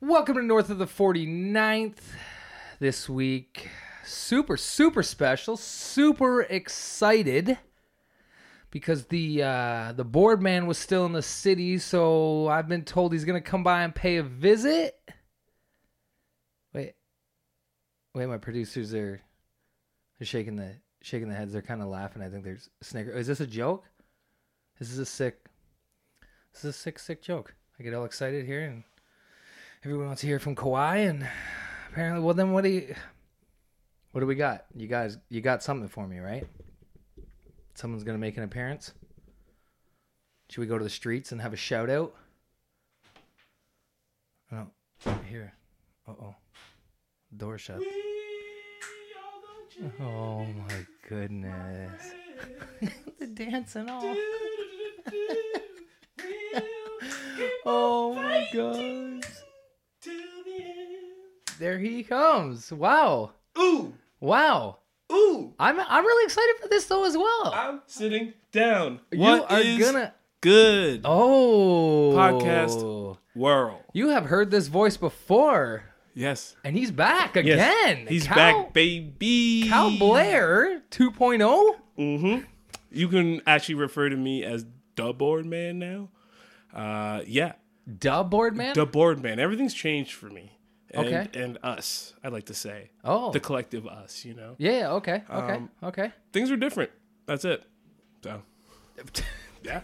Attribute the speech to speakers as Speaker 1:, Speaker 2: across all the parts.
Speaker 1: Welcome to North of the 49th. This week, super, super special, super excited because the uh, the board man was still in the city, so I've been told he's gonna come by and pay a visit. Wait, wait, my producers are they're shaking the shaking the heads. They're kind of laughing. I think they're snicker. Is this a joke? This is a sick. This is a sick, sick joke. I get all excited here, and everyone wants to hear from Kawhi. And apparently, well, then what do you? What do we got? You guys, you got something for me, right? Someone's gonna make an appearance. Should we go to the streets and have a shout out? Oh, here. Uh oh. Door shut. Oh my goodness. the dancing all. Oh my gosh. There he comes. Wow.
Speaker 2: Ooh,
Speaker 1: Wow.
Speaker 2: ooh!
Speaker 1: I'm I'm really excited for this though as well.
Speaker 2: I'm sitting down.
Speaker 1: you
Speaker 2: What
Speaker 1: are
Speaker 2: is
Speaker 1: gonna
Speaker 2: good
Speaker 1: Oh
Speaker 2: Podcast. world?
Speaker 1: You have heard this voice before.
Speaker 2: Yes,
Speaker 1: And he's back
Speaker 2: yes.
Speaker 1: again.
Speaker 2: He's
Speaker 1: Cal-
Speaker 2: back, baby.
Speaker 1: Cal Blair oh? 2.0.
Speaker 2: Mm-hmm. You can actually refer to me as the board man now. Uh, yeah,
Speaker 1: Dub board man.
Speaker 2: the board man. Everything's changed for me. And,
Speaker 1: Okay.
Speaker 2: And us, I like to say,
Speaker 1: oh.
Speaker 2: the collective us. You know,
Speaker 1: yeah, yeah, okay. Okay.
Speaker 2: Um,
Speaker 1: okay.
Speaker 2: things are different. That's it. So, yeah.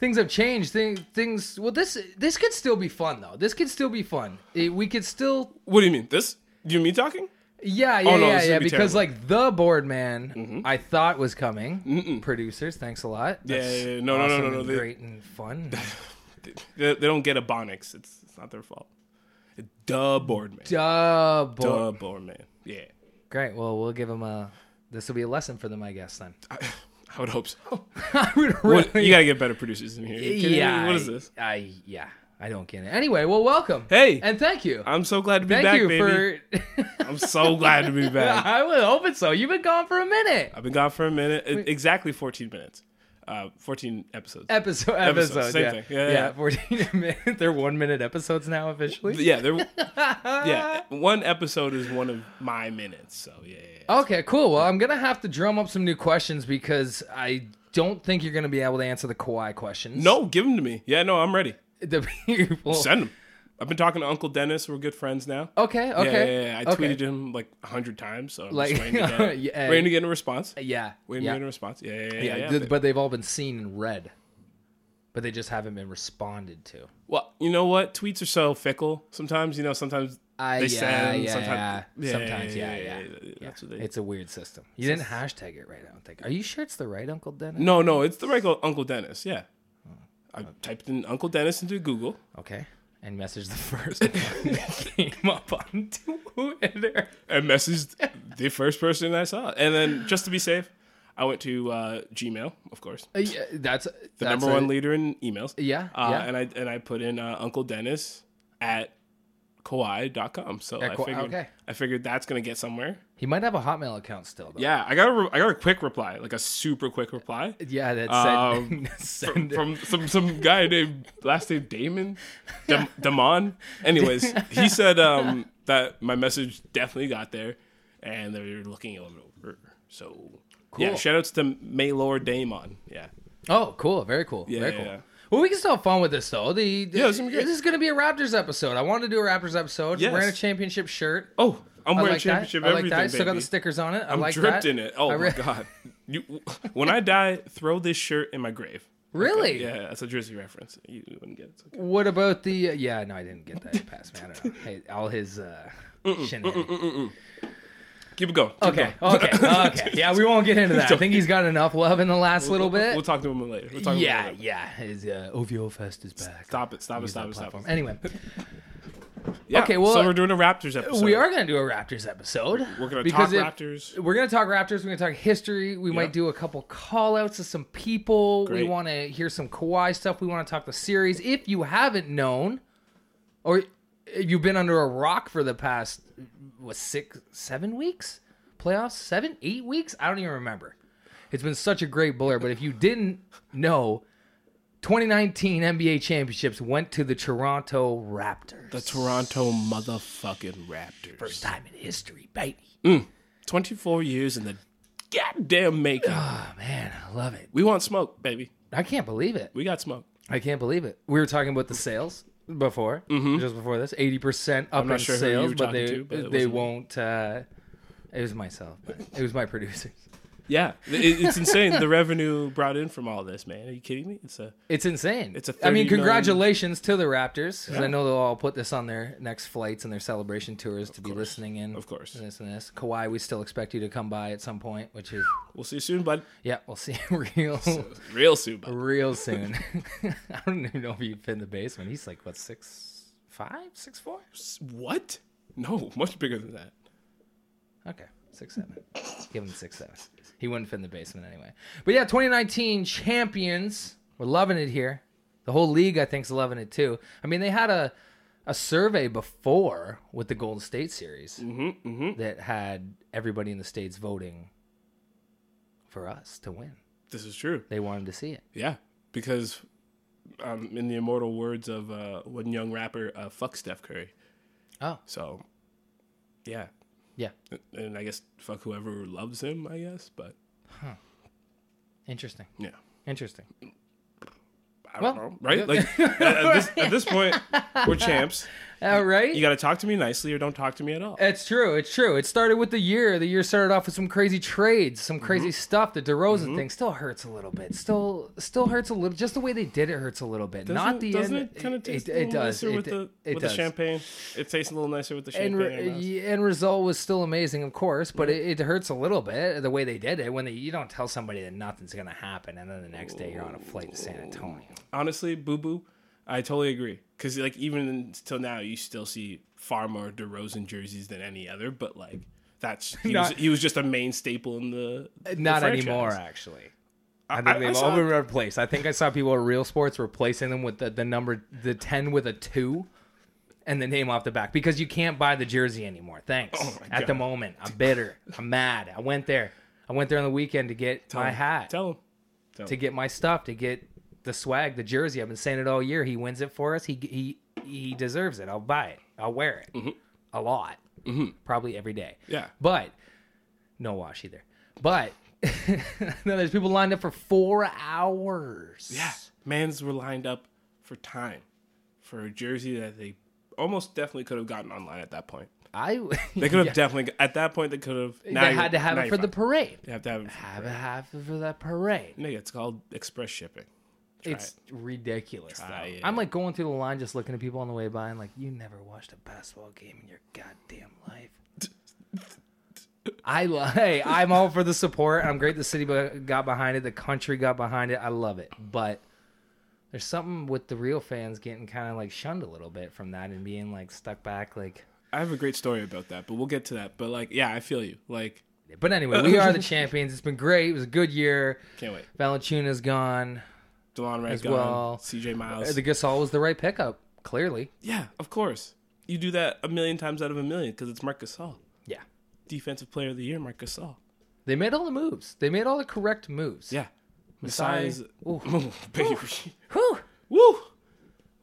Speaker 1: things have changed. Things, things. Well, this this could still be fun though. This could still be fun. Eh, We could still,
Speaker 2: What do you mean? This? You mean talking?
Speaker 1: yeah, yeah,
Speaker 2: Oh, no,
Speaker 1: yeah,
Speaker 2: this would
Speaker 1: yeah.
Speaker 2: be
Speaker 1: Because
Speaker 2: terrible. Mm-hmm.
Speaker 1: like the board man, I thought was coming. Producers, thanks a lot.
Speaker 2: Yeah, yeah, yeah. No, no, no,
Speaker 1: awesome
Speaker 2: no, no,
Speaker 1: and
Speaker 2: they-
Speaker 1: great and fun.
Speaker 2: They, they don't get a Bonix. It's, it's not their fault. Duh, Boardman.
Speaker 1: Duh, board.
Speaker 2: Duh, Boardman. Yeah.
Speaker 1: Great. Well, we'll give them a. This will be a lesson for them, I guess. Then.
Speaker 2: I, I would hope so.
Speaker 1: I would
Speaker 2: What-
Speaker 1: really-
Speaker 2: you got to get better producers in here. Are you kidding me?
Speaker 1: yeah.
Speaker 2: What is this?
Speaker 1: I, yeah. I don't get it. Anyway, well, welcome.
Speaker 2: Hey.
Speaker 1: and thank you.
Speaker 2: I'm so glad to be
Speaker 1: thank
Speaker 2: back,
Speaker 1: you
Speaker 2: baby.
Speaker 1: for.
Speaker 2: I'm so glad to be back.
Speaker 1: I was hoping so. You've been gone for a minute.
Speaker 2: I've been gone for a minute. E- Exactly 14 minutes. Uh, 14 episodes.
Speaker 1: Episode,
Speaker 2: Episode,
Speaker 1: episode,
Speaker 2: same
Speaker 1: yeah.
Speaker 2: thing. Yeah, yeah, yeah.
Speaker 1: 14 minute. They're one minute episodes now officially.
Speaker 2: yeah, there. Yeah, one episode is one of my minutes. So yeah, yeah, yeah.
Speaker 1: Okay, cool. Well, I'm gonna have to drum up some new questions because I don't think you're gonna be able to answer the Kawhi questions.
Speaker 2: No, give them to me. Yeah, no, I'm ready.
Speaker 1: the people.
Speaker 2: Send them. I've been talking to Uncle Dennis. We're good friends now.
Speaker 1: Oh, Okay,
Speaker 2: Yeah,
Speaker 1: okay.
Speaker 2: yeah, yeah, I
Speaker 1: okay.
Speaker 2: tweeted him like a hundred times. So I'm
Speaker 1: Like-
Speaker 2: just waiting to get,
Speaker 1: yeah.
Speaker 2: waiting to get a response.
Speaker 1: Yeah,
Speaker 2: Waiting
Speaker 1: yeah,
Speaker 2: to get a response. Yeah, yeah, yeah.
Speaker 1: yeah,
Speaker 2: yeah,
Speaker 1: th-
Speaker 2: but-
Speaker 1: But they've all been seen and read, but they just haven't been responded to.
Speaker 2: well, you know what? Tweets are so fickle. Sometimes, you know, sometimes
Speaker 1: I
Speaker 2: they
Speaker 1: Ah, yeah,
Speaker 2: send.
Speaker 1: yeah,
Speaker 2: sometimes,
Speaker 1: yeah. Sometimes, yeah, yeah,
Speaker 2: That's what they.
Speaker 1: It's a weird system. You didn't hashtag it right. I don't think. Are you sure it's the right Uncle Dennis?
Speaker 2: no, no, it's the regular Uncle Dennis. Yeah. I typed in Uncle Dennis into Google.
Speaker 1: Okay. And message the first one that came up on Twitter.
Speaker 2: and messaged the first person I saw. And then just to be safe, I went to uh, Gmail, of course,
Speaker 1: Uh, yeah, that's
Speaker 2: the number one leader in emails.
Speaker 1: Yeah,
Speaker 2: Uh,
Speaker 1: yeah.
Speaker 2: And I and I put in uh, Uncle Dennis at Kawhi.com. So I
Speaker 1: Ka-
Speaker 2: figured
Speaker 1: okay.
Speaker 2: I figured that's gonna get somewhere.
Speaker 1: He might have a Hotmail account still. Though.
Speaker 2: Yeah, I got a re- I got a quick reply, like a super quick reply.
Speaker 1: yeah, that
Speaker 2: Um,
Speaker 1: said, send it.
Speaker 2: From some some guy named last name Damon, Dem- Damon. Anyways, he said um, that my message definitely got there, and they're looking it over. So yeah,
Speaker 1: Cool.
Speaker 2: shout outs to Maylor Damon. Yeah,
Speaker 1: Oh, cool. Very cool. Very
Speaker 2: yeah,
Speaker 1: cool.
Speaker 2: yeah.
Speaker 1: Well, we can still have fun with this though. The, the-
Speaker 2: it's gonna be great.
Speaker 1: this is going to be a Raptors episode. I wanted to do a Raptors episode.
Speaker 2: Yes.
Speaker 1: Wearing a championship shirt.
Speaker 2: Oh, I'm
Speaker 1: I
Speaker 2: wearing
Speaker 1: like that.
Speaker 2: championship
Speaker 1: I like
Speaker 2: everything.
Speaker 1: that. Still got
Speaker 2: baby.
Speaker 1: the stickers on it. I like
Speaker 2: dripped
Speaker 1: that.
Speaker 2: in it. Oh
Speaker 1: I re-
Speaker 2: my god! You, when I die, throw this shirt in my grave. uh,
Speaker 1: Really?
Speaker 2: Yeah, that's a Jersey reference. You wouldn't get it. It's okay.
Speaker 1: What about the? Uh, yeah, no, I didn't get that pass, man. I don't know. Hey, all his uh, shenanigans.
Speaker 2: Keep it going. Keep it
Speaker 1: Okay,
Speaker 2: going.
Speaker 1: okay, okay. Yeah, we won't get into that. I think he's got enough love in the last little
Speaker 2: We'll,
Speaker 1: bit.
Speaker 2: we'll talk to him later. We'll talk to him
Speaker 1: yeah,
Speaker 2: later.
Speaker 1: yeah. His uh, OVO Fest is back.
Speaker 2: Stop it! Stop it!
Speaker 1: Use that
Speaker 2: Stop it! Stop it!
Speaker 1: platform. Anyway,
Speaker 2: Yeah,
Speaker 1: Okay, well,
Speaker 2: so we're doing a Raptors episode.
Speaker 1: we are gonna do a Raptors episode.
Speaker 2: We're gonna
Speaker 1: because
Speaker 2: talk
Speaker 1: if-
Speaker 2: Raptors.
Speaker 1: We're gonna talk Raptors. We're gonna talk history. We might do a couple call outs to some people. We
Speaker 2: Great.
Speaker 1: want to hear some Kawhi stuff. We want to talk the series. If you haven't known, or if you've been under a rock for the past what six, seven weeks, playoffs, seven, eight weeks, I don't even remember. It's been such a great blur. But if you didn't know, 2019 NBA championships went to the Toronto Raptors.
Speaker 2: The Toronto motherfucking Raptors.
Speaker 1: First time in history, baby.
Speaker 2: 24 years in the goddamn making.
Speaker 1: Oh man, I love it.
Speaker 2: We want smoke, baby.
Speaker 1: I can't believe it.
Speaker 2: We got smoke.
Speaker 1: I can't believe it. We were talking about the sales before, just before this, eighty percent up in
Speaker 2: Mm-hmm. not sure who you
Speaker 1: sales,
Speaker 2: were
Speaker 1: but
Speaker 2: talking
Speaker 1: they
Speaker 2: to, but it
Speaker 1: they
Speaker 2: wasn't me.
Speaker 1: won't. Uh, it was myself. But it was my producers.
Speaker 2: Yeah, it, it's insane. the revenue brought in from all this, man. Are you kidding me? It's a
Speaker 1: It's insane.
Speaker 2: It's a
Speaker 1: I
Speaker 2: 30
Speaker 1: mean,
Speaker 2: million
Speaker 1: congratulations to the Raptors 'cause I know they'll all put this on their next flights and their celebration tours to be listening in.
Speaker 2: Of course.
Speaker 1: and this and this. Kawhi, we still expect you to come by at some point, which is
Speaker 2: We'll see you soon, bud.
Speaker 1: yeah, we'll see you real
Speaker 2: Real soon, bud.
Speaker 1: real soon. I don't even know if he fit in the basement. He's like what six five, six four?
Speaker 2: What? No, much bigger than that.
Speaker 1: Okay, six seven. Give him six seven. He wouldn't fit in the basement anyway. But yeah, 2019 champions. We're loving it here. The whole league, I think, is loving it too. I mean, they had a a survey before with the Golden State series
Speaker 2: Mm-hmm.
Speaker 1: that had everybody in the states voting for us to win.
Speaker 2: This is true.
Speaker 1: They wanted to see it.
Speaker 2: Yeah, because um, in the immortal words of uh, one young rapper, uh, "Fuck Steph Curry."
Speaker 1: Oh,
Speaker 2: So, yeah,
Speaker 1: yeah,
Speaker 2: and I guess fuck whoever loves him. I guess, but
Speaker 1: interesting,
Speaker 2: yeah,
Speaker 1: interesting.
Speaker 2: I
Speaker 1: Well,
Speaker 2: don't know, right? Like at, at this, at this point, we're champs.
Speaker 1: All right.
Speaker 2: You got to talk to me nicely, or don't talk to me at all.
Speaker 1: It's true. It's true. It started with the year. The year started off with some crazy trades, some
Speaker 2: Mm-hmm.
Speaker 1: crazy stuff. The DeRozan thing still hurts a little bit. Still, still hurts a little. Just the way they did it hurts a little bit. Not
Speaker 2: Doesn't-
Speaker 1: the
Speaker 2: doesn't
Speaker 1: end.
Speaker 2: it kind of taste
Speaker 1: it,
Speaker 2: a
Speaker 1: it
Speaker 2: little
Speaker 1: does.
Speaker 2: nicer
Speaker 1: It,
Speaker 2: with the
Speaker 1: it
Speaker 2: with
Speaker 1: does.
Speaker 2: the champagne? It tastes a little nicer with the
Speaker 1: And
Speaker 2: champagne.
Speaker 1: re-
Speaker 2: in your mouth.
Speaker 1: y- end result was still amazing, of course, but it, it hurts a little bit the way they did it. When they, you don't tell somebody that nothing's gonna happen, and then the next day you're on a flight to San Antonio.
Speaker 2: honestly, Boo Boo, I totally agree. Because like even till now, you still see far more DeRozan jerseys than any other. But like that's he,
Speaker 1: Not-
Speaker 2: was, he was just a main staple in the the
Speaker 1: Not
Speaker 2: franchise.
Speaker 1: anymore, actually. I think
Speaker 2: I-
Speaker 1: they've
Speaker 2: I
Speaker 1: all
Speaker 2: saw-
Speaker 1: been replaced. I think I saw people at Real Sports replacing them with the, the number the ten with a two, and the name off the back because you can't buy the jersey anymore. Thanks.
Speaker 2: Oh my
Speaker 1: at the
Speaker 2: God.
Speaker 1: moment, I'm bitter. I'm mad. I went there. I went there on the weekend to get my hat,
Speaker 2: Tell him
Speaker 1: to get my stuff, to get the swag, the jersey. I've been saying it all year. He wins it for us. He he he deserves it. I'll buy it. I'll wear it
Speaker 2: Mm-hmm.
Speaker 1: a lot, probably every day.
Speaker 2: Yeah.
Speaker 1: but no wash either. But no, there's people lined up for four hours.
Speaker 2: yeah, man's were lined up for time for a jersey that they almost definitely could have gotten online at that point.
Speaker 1: I
Speaker 2: They could have definitely at that point they could have. now
Speaker 1: they
Speaker 2: you-
Speaker 1: had to have
Speaker 2: now
Speaker 1: it
Speaker 2: you
Speaker 1: for the
Speaker 2: find-
Speaker 1: parade.
Speaker 2: They have to have it. For,
Speaker 1: Have it have it for that parade.
Speaker 2: nigga, it's called express shipping. Try
Speaker 1: it's ridiculous.
Speaker 2: Try
Speaker 1: though.
Speaker 2: it.
Speaker 1: I'm like going through the line, just looking at people on the way by, and like, you never watched a basketball game in your goddamn life. I lo- hey, I'm all for the support. I'm great. The city bu- got behind it. The country got behind it. I love it. But there's something with the real fans getting kind of like shunned a little bit from that and being like stuck back. Like,
Speaker 2: I have a great story about that, but we'll get to that. But like, yeah, I feel you. Like,
Speaker 1: but anyway, we are the champions. It's been great. It was a good year.
Speaker 2: can't wait.
Speaker 1: Valanciuna's gone.
Speaker 2: Delon Red
Speaker 1: well.
Speaker 2: CJ Miles.
Speaker 1: The Gasol was the right pickup. Clearly,
Speaker 2: yeah, of course. You do that a million times out of a million because it's Marc Gasol,
Speaker 1: yeah.
Speaker 2: defensive player of the year, Marc Gasol.
Speaker 1: They made all the moves. They made all the correct moves.
Speaker 2: Yeah,
Speaker 1: Masai.
Speaker 2: Masai's
Speaker 1: Ooh.
Speaker 2: Ooh, baby.
Speaker 1: Whew.
Speaker 2: Woo!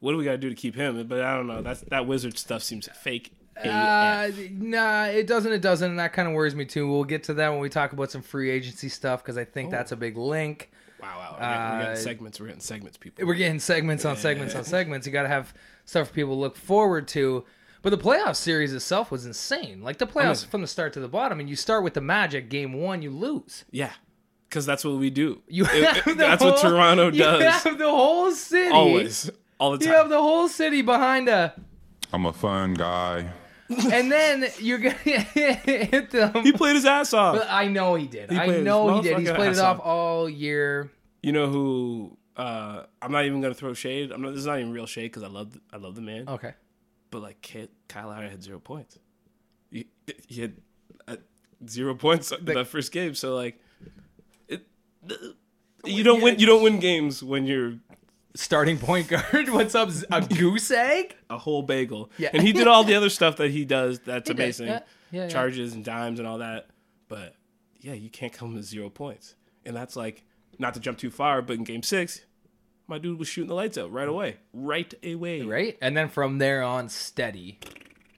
Speaker 2: What do we gotta do to keep him? But I don't know. That's that wizard stuff seems fake. AF.
Speaker 1: Uh, nah, it doesn't. It doesn't. And that kind of worries me too. We'll get to that when we talk about some free agency stuff because I
Speaker 2: Oh.
Speaker 1: think that's a big link.
Speaker 2: wow, wow. We're getting, we're
Speaker 1: uh,
Speaker 2: getting segments. We're getting segments, people.
Speaker 1: We're getting segments on segments on segments. You got to have stuff for people to look forward to. But the playoff series itself was insane. Like the playoffs
Speaker 2: Oh.
Speaker 1: from the start to the bottom, and you start with the Magic game one, you lose.
Speaker 2: Yeah, because that's what we do.
Speaker 1: You have the
Speaker 2: that's what
Speaker 1: whole-
Speaker 2: Toronto does.
Speaker 1: You have the whole city.
Speaker 2: Always, all the
Speaker 1: You
Speaker 2: time.
Speaker 1: have the whole city behind a.
Speaker 3: I'm a fun guy.
Speaker 1: and then you're gonna hit them.
Speaker 2: he played his ass off.
Speaker 1: I know he did. I
Speaker 2: played his
Speaker 1: know he did. He's
Speaker 2: motherfucking
Speaker 1: played it
Speaker 2: ass
Speaker 1: off
Speaker 2: off.
Speaker 1: all year.
Speaker 2: You know who? Uh, I'm not even gonna throw shade. I'm not, this is not even real shade because I love the, I love the man.
Speaker 1: Okay.
Speaker 2: But like Ki- Kyle Lowry had zero points. He, he had uh, zero points in that first game. So like, it, you don't win. You don't win games when you're
Speaker 1: Starting point guard. What's up? Z- A goose egg?
Speaker 2: a whole bagel.
Speaker 1: Yeah.
Speaker 2: And he did all the other stuff that he does. That's
Speaker 1: did,
Speaker 2: amazing.
Speaker 1: yeah. Yeah, yeah.
Speaker 2: Charges and dimes and all that. But yeah, you can't come with zero points. And that's like not to jump too far, but in game six, my dude was shooting the lights out right away. Right away.
Speaker 1: right? And then from there on, steady,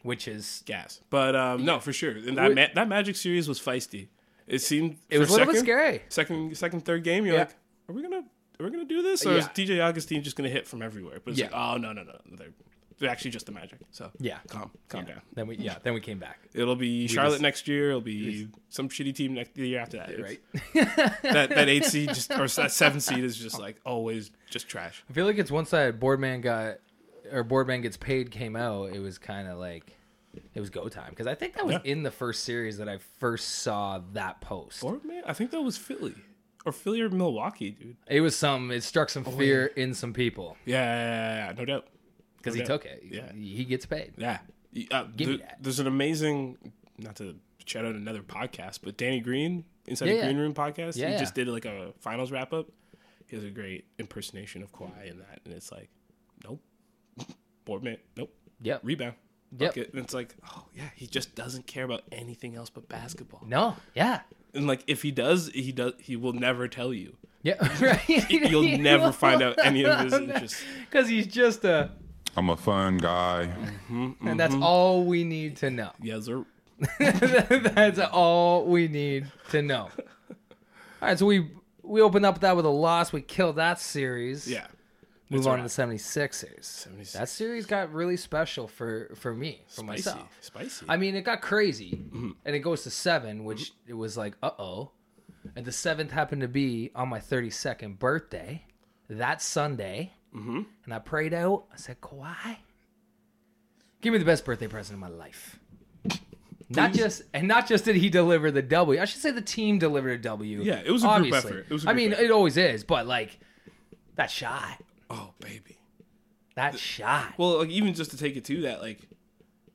Speaker 1: which is
Speaker 2: Gas. But um, no, for sure. And that, ma- that Magic series was feisty. It seemed
Speaker 1: it was a
Speaker 2: for
Speaker 1: little bit
Speaker 2: second-
Speaker 1: scary.
Speaker 2: second second third game you're
Speaker 1: Yeah.
Speaker 2: like are we gonna are we gonna do this or is
Speaker 1: Yeah.
Speaker 2: dj augustine just gonna hit from everywhere but it's
Speaker 1: Yeah.
Speaker 2: like oh no no no they're, they're actually just the magic so
Speaker 1: Yeah.
Speaker 2: calm calm down
Speaker 1: Then we yeah, then we came back.
Speaker 2: it'll be charlotte next year it'll be some shitty team next the year after that It's-
Speaker 1: Right.
Speaker 2: that, that eight seed just or that seven seed is just like always just trash
Speaker 1: I feel like it's once that Boardman got or Boardman gets paid came out, it was kind of like it was go time because I think that was
Speaker 2: Yeah.
Speaker 1: in the first series that I first saw that post.
Speaker 2: or man i think that was philly or philly or milwaukee dude
Speaker 1: It was some. It struck some
Speaker 2: Oh,
Speaker 1: fear in some people
Speaker 2: yeah, yeah, yeah, yeah, no doubt
Speaker 1: because he
Speaker 2: Yeah.
Speaker 1: took it.
Speaker 2: Yeah.
Speaker 1: He gets paid.
Speaker 2: yeah uh,
Speaker 1: me
Speaker 2: there-
Speaker 1: that.
Speaker 2: there's an amazing not to shout out another podcast but danny green inside
Speaker 1: Yeah,
Speaker 2: the
Speaker 1: yeah.
Speaker 2: green room podcast
Speaker 1: Yeah,
Speaker 2: he
Speaker 1: yeah.
Speaker 2: just did like a finals wrap up he has a great impersonation of Kawhi in that and it's like nope boardman nope
Speaker 1: Yep.
Speaker 2: rebound
Speaker 1: Yep.
Speaker 2: bucket. and it's like oh yeah he just doesn't care about anything else but basketball
Speaker 1: No. Yeah.
Speaker 2: and like if he does he does he will never tell you
Speaker 1: Yeah. Right.
Speaker 2: you'll never find out any of his interests
Speaker 1: because he's just a,
Speaker 3: I'm a fun guy.
Speaker 1: and
Speaker 2: Mm-hmm.
Speaker 1: that's all we need to know.
Speaker 2: yeah sir.
Speaker 1: That's all we need to know. All right, so we we opened up that with a loss. We killed that series.
Speaker 2: yeah
Speaker 1: Move
Speaker 2: That's
Speaker 1: on
Speaker 2: right.
Speaker 1: to the 76ers.
Speaker 2: 76ers.
Speaker 1: That series got really special for for me, for
Speaker 2: spicy
Speaker 1: myself.
Speaker 2: spicy
Speaker 1: I mean, it got crazy,
Speaker 2: Mm-hmm.
Speaker 1: and it goes to seven, which it was like, uh oh. And the seventh happened to be on my 32nd birthday, that Sunday. Mm-hmm. And I prayed out. I said, Kawhi, give me the best birthday present of my life. Not just and not just did he deliver the W. I should say the team delivered a W.
Speaker 2: Yeah, it was a group effort. It was a
Speaker 1: I
Speaker 2: group
Speaker 1: mean,
Speaker 2: effort.
Speaker 1: it always is, but like that shot,
Speaker 2: oh baby
Speaker 1: that shot.
Speaker 2: Well, like even just to take it to that, like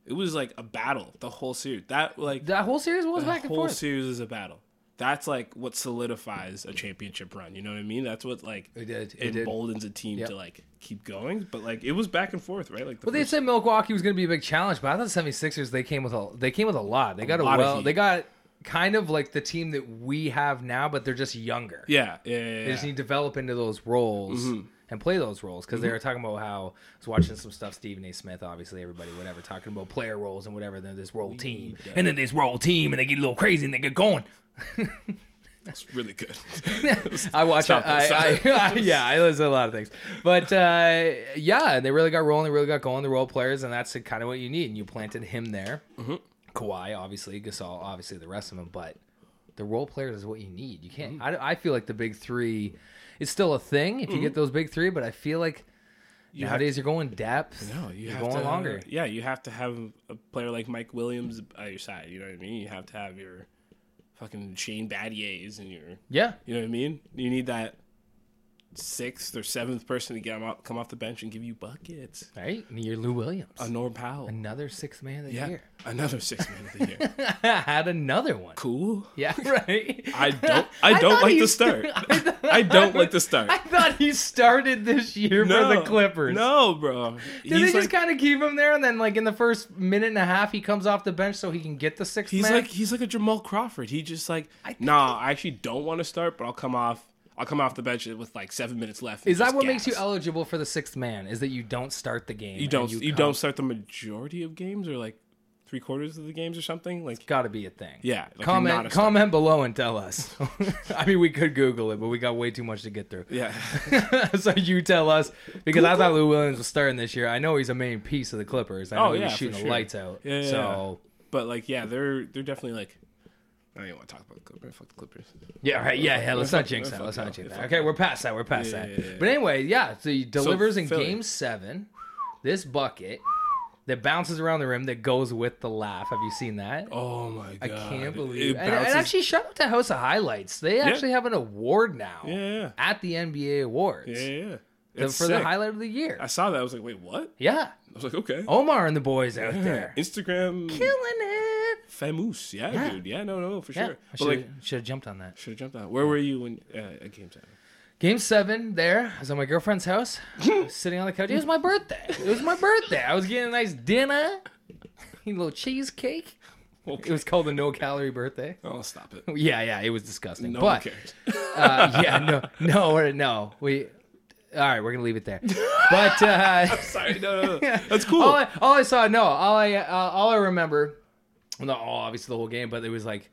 Speaker 2: it was like a battle the whole series. That like
Speaker 1: that whole series was
Speaker 2: the
Speaker 1: back and
Speaker 2: whole
Speaker 1: forth.
Speaker 2: series is a battle. That's like what solidifies a championship run. You know what I mean? That's what like
Speaker 1: It did, it did.
Speaker 2: emboldens a team
Speaker 1: Yep.
Speaker 2: to like keep going. But like it was back and forth, right? Like the
Speaker 1: Well, they
Speaker 2: first-
Speaker 1: said Milwaukee was going to be a big challenge, but I thought the 76ers they came with a they came with a lot. They got a,
Speaker 2: lot of
Speaker 1: well,
Speaker 2: heat.
Speaker 1: they got kind of like the team that we have now, but they're just younger.
Speaker 2: yeah, Mm-hmm. yeah, yeah,
Speaker 1: They
Speaker 2: yeah.
Speaker 1: just need to develop into those roles and play those roles because
Speaker 2: Mm-hmm.
Speaker 1: they were talking about how I was watching some stuff. Stephen A. Smith, obviously, everybody, whatever, talking about player roles and whatever. Then this role team, and then this role team, and they get a little crazy and they get going.
Speaker 2: It's really good.
Speaker 1: I watch.
Speaker 2: Stop it,
Speaker 1: I,
Speaker 2: stop
Speaker 1: I,
Speaker 2: it.
Speaker 1: I- yeah, I listen to a lot of things, but uh, yeah, they really got rolling. They really got going. The role players, and that's kind of what you need. And you planted him there. Mm-hmm. Kawhi, obviously, Gasol, obviously, the rest of them, but the role players is what you need. You can't.
Speaker 2: Mm-hmm.
Speaker 1: I, I feel like the big three is still a thing if you get those big three, but I feel like
Speaker 2: You have-
Speaker 1: nowadays you're going depth.
Speaker 2: No, you
Speaker 1: are
Speaker 2: have
Speaker 1: going
Speaker 2: to,
Speaker 1: longer.
Speaker 2: Yeah, you have to have a player like Mike Williams at your side. You know what I mean? You have to have your fucking Shane Battiers and your
Speaker 1: Yeah,
Speaker 2: You know what I mean? You need that sixth or seventh person to get him up, come off the bench and give you buckets.
Speaker 1: right. And you're Lou Williams,
Speaker 2: A Norm Powell.
Speaker 1: another sixth man of the
Speaker 2: Yeah.
Speaker 1: year.
Speaker 2: Another six man of the year.
Speaker 1: Had another one.
Speaker 2: Cool.
Speaker 1: Yeah, right.
Speaker 2: I don't I
Speaker 1: I
Speaker 2: don't
Speaker 1: thought
Speaker 2: like
Speaker 1: he
Speaker 2: the
Speaker 1: was-
Speaker 2: start. I don't like the start.
Speaker 1: I thought he started this year for the Clippers.
Speaker 2: No, bro.
Speaker 1: Did
Speaker 2: he's
Speaker 1: they
Speaker 2: like,
Speaker 1: just kind of keep him there, and then like in the first minute and a half, he comes off the bench so he can get the sixth
Speaker 2: he's
Speaker 1: man?
Speaker 2: like he's like a Jamal Crawford. He just like nah, I actually don't want to start, but I'll come off I'll come off the bench with like seven minutes left. and
Speaker 1: is that
Speaker 2: just
Speaker 1: what makes you
Speaker 2: gas.
Speaker 1: eligible for the sixth man? Is that you don't start the game?
Speaker 2: you don't you,
Speaker 1: come-
Speaker 2: don't start the majority of games or like three quarters of the games or something? Like
Speaker 1: Got to be a thing.
Speaker 2: Yeah, like you're not
Speaker 1: comment
Speaker 2: a star.
Speaker 1: comment below and tell us. I mean, we could Google it, but we got way too much to get through.
Speaker 2: Yeah.
Speaker 1: so you tell us because I thought Lou Williams was starting this year. I know he's a main piece of the Clippers. I know
Speaker 2: Oh,
Speaker 1: he
Speaker 2: yeah,
Speaker 1: was
Speaker 2: for
Speaker 1: shooting the
Speaker 2: sure.
Speaker 1: lights out.
Speaker 2: Yeah, yeah,
Speaker 1: so
Speaker 2: But like, yeah, they're they're definitely like. I don't even want to talk about the Clippers. Fuck the Clippers.
Speaker 1: Yeah, right. Yeah, yeah. Let's not jinx
Speaker 2: fuck
Speaker 1: that. Let's
Speaker 2: no,
Speaker 1: not jinx
Speaker 2: fuck
Speaker 1: that. Okay, we're past that. We're past
Speaker 2: Yeah,
Speaker 1: that.
Speaker 2: yeah, yeah,
Speaker 1: But anyway, yeah. So he delivers in
Speaker 2: Philly.
Speaker 1: game seven this bucket that bounces around the rim that goes with the laugh. Have you seen that?
Speaker 2: Oh my god!
Speaker 1: I can't believe
Speaker 2: it.
Speaker 1: and,
Speaker 2: bounces-
Speaker 1: and actually, shout out to House of Highlights. They actually have an award now
Speaker 2: yeah, yeah,
Speaker 1: at the NBA Awards
Speaker 2: yeah, yeah, yeah.
Speaker 1: the-
Speaker 2: It's
Speaker 1: for the
Speaker 2: sick.
Speaker 1: highlight of the year.
Speaker 2: I saw that. I was like, wait, what?
Speaker 1: yeah.
Speaker 2: I was like, okay.
Speaker 1: Omar and the boys out there.
Speaker 2: Instagram
Speaker 1: Killing it.
Speaker 2: famous. Yeah,
Speaker 1: Yeah.
Speaker 2: dude. Yeah, no, no, for
Speaker 1: Yeah.
Speaker 2: sure.
Speaker 1: I
Speaker 2: But like,
Speaker 1: should have jumped on that.
Speaker 2: should have jumped out. Where were you when uh, at game time?
Speaker 1: Game seven, there. I was at my girlfriend's house, sitting on the couch. It was my birthday. It was my birthday. I was getting a nice dinner, a little cheesecake. It was called a no calorie birthday.
Speaker 2: Oh, stop it.
Speaker 1: Yeah, yeah, it was disgusting.
Speaker 2: No
Speaker 1: but
Speaker 2: one cares.
Speaker 1: uh, yeah, no, no, or no. We All right, we're gonna leave it there. But uh,
Speaker 2: Sorry, no, no, no. That's cool.
Speaker 1: all I, all I saw, no, all I uh, all I remember, well, not all obviously the whole game, but it was like,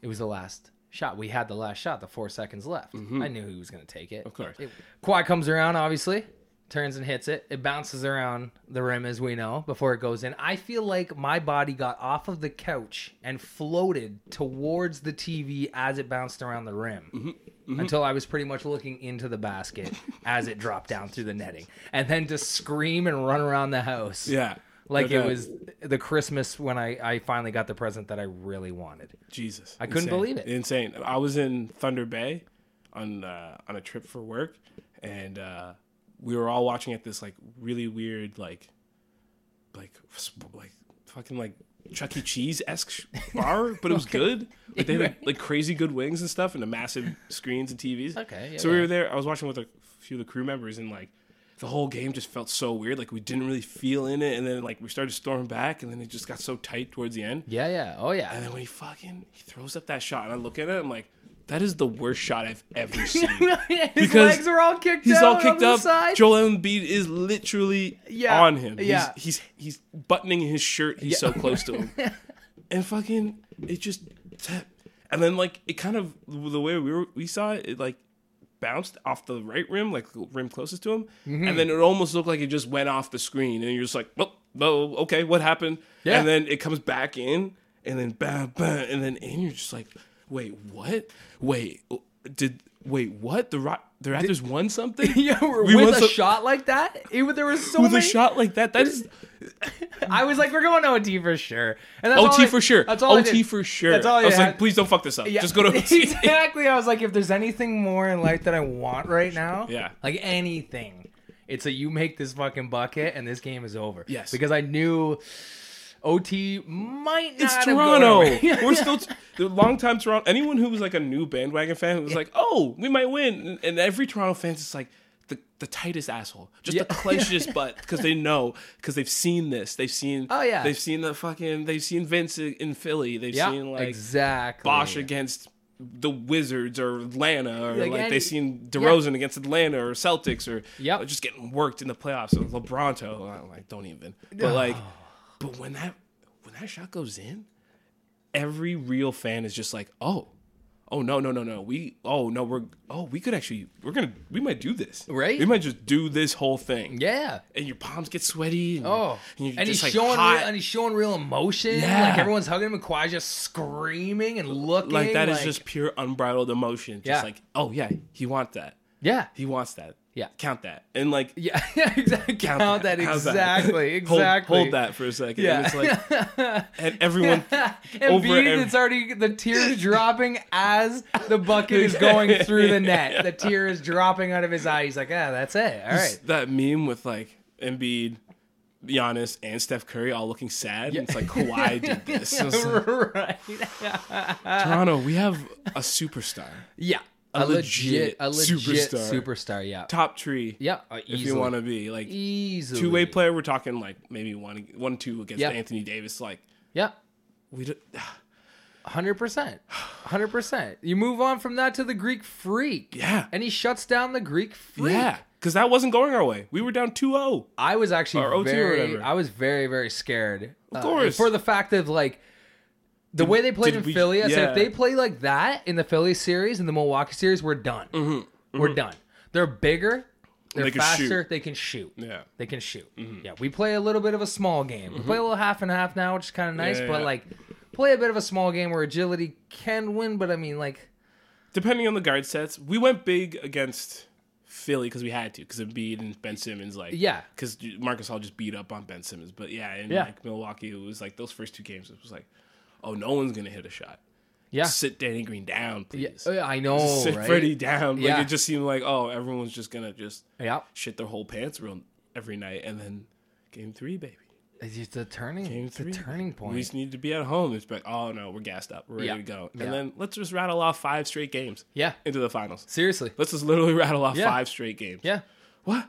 Speaker 1: it was the last shot. We had the last shot, the four seconds left. I knew he was going to take it. Of
Speaker 2: Mm-hmm. course.
Speaker 1: It, Kawhi comes around, obviously, turns and hits it. It bounces around the rim as we know before it goes in. I feel like my body got off of the couch and floated towards the TV as it bounced around the rim
Speaker 2: Mm.
Speaker 1: until I was pretty much looking into the basket as it dropped down through the netting, and then to scream and run around the house.
Speaker 2: yeah.
Speaker 1: Like
Speaker 2: Okay.
Speaker 1: it was the Christmas when I, I finally got the present that I really wanted.
Speaker 2: Jesus. I
Speaker 1: couldn't believe it.
Speaker 2: Insane. I was in Thunder Bay on uh, on a trip for work, and uh, we were all watching at this like really weird like like sp- like fucking like Chuck E. Cheese esque bar, but it was good. Like they had like, like crazy good wings and stuff, and the massive screens and TVs.
Speaker 1: Okay, yeah,
Speaker 2: so we
Speaker 1: yeah.
Speaker 2: were there. I was watching with a few of the crew members, and like. The whole game just felt so weird. Like we didn't really feel in it, and then like we started storming back, and then it just got so tight towards the end.
Speaker 1: Yeah, yeah. Oh, yeah.
Speaker 2: And then when he fucking he throws up that shot, and I look at it, I'm like, that is the worst shot I've ever seen.
Speaker 1: His
Speaker 2: Because
Speaker 1: legs are all kicked
Speaker 2: He's
Speaker 1: out
Speaker 2: all
Speaker 1: on
Speaker 2: kicked
Speaker 1: the
Speaker 2: up.
Speaker 1: side.
Speaker 2: Joel Embiid is literally
Speaker 1: Yeah,
Speaker 2: on him.
Speaker 1: yeah.
Speaker 2: He's, he's he's buttoning his shirt. He's so close to him. and fucking it just and then like it kind of the way we were we saw it, it like bounced off the right rim, like the rim closest to him,
Speaker 1: Mm-hmm.
Speaker 2: and then it almost looked like it just went off the screen, and you're just like, well, well okay, what happened?
Speaker 1: Yeah.
Speaker 2: And then it comes back in, and then bam, bam, and then in, you're just like, wait, what? Wait, did wait what? The Ro- the Raptors won something?
Speaker 1: yeah,
Speaker 2: We
Speaker 1: with
Speaker 2: won
Speaker 1: a
Speaker 2: some-
Speaker 1: shot like that, it, there was so
Speaker 2: With a
Speaker 1: many.
Speaker 2: shot like that, that is
Speaker 1: I was like, we're going OT for sure. And that's all
Speaker 2: OT
Speaker 1: I-
Speaker 2: for sure.
Speaker 1: That's all I
Speaker 2: OT
Speaker 1: did.
Speaker 2: for sure.
Speaker 1: That's all
Speaker 2: I was
Speaker 1: I
Speaker 2: like,
Speaker 1: had.
Speaker 2: please don't fuck this up.
Speaker 1: Yeah,
Speaker 2: Just go to OT.
Speaker 1: exactly. I was like, if there's anything more in life that I want right now,
Speaker 2: Yeah.
Speaker 1: like anything, it's a you make this fucking bucket and this game is over.
Speaker 2: Yes.
Speaker 1: because I knew OT might not.
Speaker 2: It's
Speaker 1: have gone
Speaker 2: Toronto.
Speaker 1: our way.
Speaker 2: We're still the long time Toronto. Anyone who was like a new bandwagon fan who was like, "Oh, we might win," and, and every Toronto fan's just like the the tightest asshole, just the clenchiest butt, because they know, because they've seen this, they've seen,
Speaker 1: Oh, yeah.
Speaker 2: they've seen the fucking, they've seen Vince in Philly, they've
Speaker 1: yeah,
Speaker 2: seen like
Speaker 1: exactly.
Speaker 2: Bosch against the Wizards or Atlanta, or
Speaker 1: Like
Speaker 2: like,
Speaker 1: any-
Speaker 2: they've seen DeRozan against Atlanta or Celtics or
Speaker 1: Yep.
Speaker 2: or just getting worked in the playoffs. Or LeBronto, I like don't even. But like, but when that when that shot goes in, every real fan is just like, oh, oh no no no no we oh no we're oh we could actually we're gonna we might do this
Speaker 1: Right?
Speaker 2: we might just do this whole thing
Speaker 1: Yeah.
Speaker 2: and your palms get sweaty and
Speaker 1: Oh,
Speaker 2: you're, and
Speaker 1: and,
Speaker 2: you're just
Speaker 1: he's
Speaker 2: like
Speaker 1: showing
Speaker 2: hot.
Speaker 1: real, and he's showing real emotion.
Speaker 2: Yeah.
Speaker 1: Like everyone's hugging him, and Kawhi's just screaming and looking.
Speaker 2: like that is just pure unbridled emotion. Just
Speaker 1: Yeah.
Speaker 2: like, oh yeah, he wants that.
Speaker 1: yeah,
Speaker 2: He wants that.
Speaker 1: Yeah.
Speaker 2: Count that. And like
Speaker 1: yeah, yeah, exactly.
Speaker 2: count
Speaker 1: Count that
Speaker 2: How's
Speaker 1: exactly,
Speaker 2: Hold-
Speaker 1: exactly.
Speaker 2: Hold, that for a second.
Speaker 1: Yeah.
Speaker 2: And it's like and everyone
Speaker 1: And
Speaker 2: over
Speaker 1: Embiid,
Speaker 2: every-
Speaker 1: it's already the tears dropping as the bucket is going through the net. The tear is dropping out of his eye. He's like, ah, that's it. All right.
Speaker 2: that meme with like Embiid, Giannis, and Steph Curry all looking sad. And it's like Kawhi did this. So it's like,
Speaker 1: right.
Speaker 2: Toronto, we have a superstar.
Speaker 1: Yeah.
Speaker 2: A
Speaker 1: A legit,
Speaker 2: legit
Speaker 1: a legit
Speaker 2: superstar.
Speaker 1: superstar. Yeah.
Speaker 2: Top tree.
Speaker 1: Yeah. uh,
Speaker 2: If
Speaker 1: easily.
Speaker 2: you want to be like
Speaker 1: easily
Speaker 2: two way player, we're talking like maybe one one two against
Speaker 1: Yeah.
Speaker 2: Anthony Davis. Like
Speaker 1: Yeah.
Speaker 2: we don't,
Speaker 1: Hundred percent. Hundred percent. You move on from that to the Greek freak.
Speaker 2: Yeah.
Speaker 1: And he shuts down the Greek freak.
Speaker 2: Yeah, because that wasn't going our way. We were down oh. 2-0.
Speaker 1: I was actually
Speaker 2: Or OT or
Speaker 1: very,
Speaker 2: whatever.
Speaker 1: I was very, very scared. Of
Speaker 2: course.
Speaker 1: for the fact of like the way they played
Speaker 2: did
Speaker 1: in
Speaker 2: we-
Speaker 1: Philly. I said
Speaker 2: yeah.
Speaker 1: if they play like that in the Philly series and the Milwaukee series, we're done. We're done. They're bigger. They're
Speaker 2: Mm-hmm. They can
Speaker 1: faster.
Speaker 2: shoot.
Speaker 1: They can shoot.
Speaker 2: Yeah. Mm-hmm.
Speaker 1: They can shoot. Yeah. We play a little bit of a small game. We play a little half and half now, which is kind of nice.
Speaker 2: Yeah,
Speaker 1: but
Speaker 2: yeah.
Speaker 1: like, play a bit of a small game where agility can win. But I mean, like,
Speaker 2: Depending on the guard sets, we went big against Philly because we had to because Embiid and Ben Simmons like
Speaker 1: Yeah.
Speaker 2: because Marcus Hall just beat up on Ben Simmons. But yeah, in
Speaker 1: Yeah.
Speaker 2: like Milwaukee, it was like those first two games. It was like, oh, no one's gonna hit a shot.
Speaker 1: yeah,
Speaker 2: Sit Danny Green down, please.
Speaker 1: yeah I know,
Speaker 2: Sit
Speaker 1: right?
Speaker 2: Freddie down. Like
Speaker 1: Yeah.
Speaker 2: it just seemed like oh, everyone's just gonna just
Speaker 1: Yeah.
Speaker 2: shit their whole pants real every night, and then game three, baby.
Speaker 1: It's just a turning.
Speaker 2: Game
Speaker 1: It's a
Speaker 2: three.
Speaker 1: turning point.
Speaker 2: We just need to be at home. It's like, oh no, we're gassed up. We're ready
Speaker 1: Yeah.
Speaker 2: to go. And
Speaker 1: Yeah.
Speaker 2: then let's just rattle off five straight games.
Speaker 1: Yeah.
Speaker 2: Into the finals.
Speaker 1: Seriously.
Speaker 2: Let's just literally rattle off
Speaker 1: Yeah.
Speaker 2: five straight games.
Speaker 1: Yeah.
Speaker 2: What?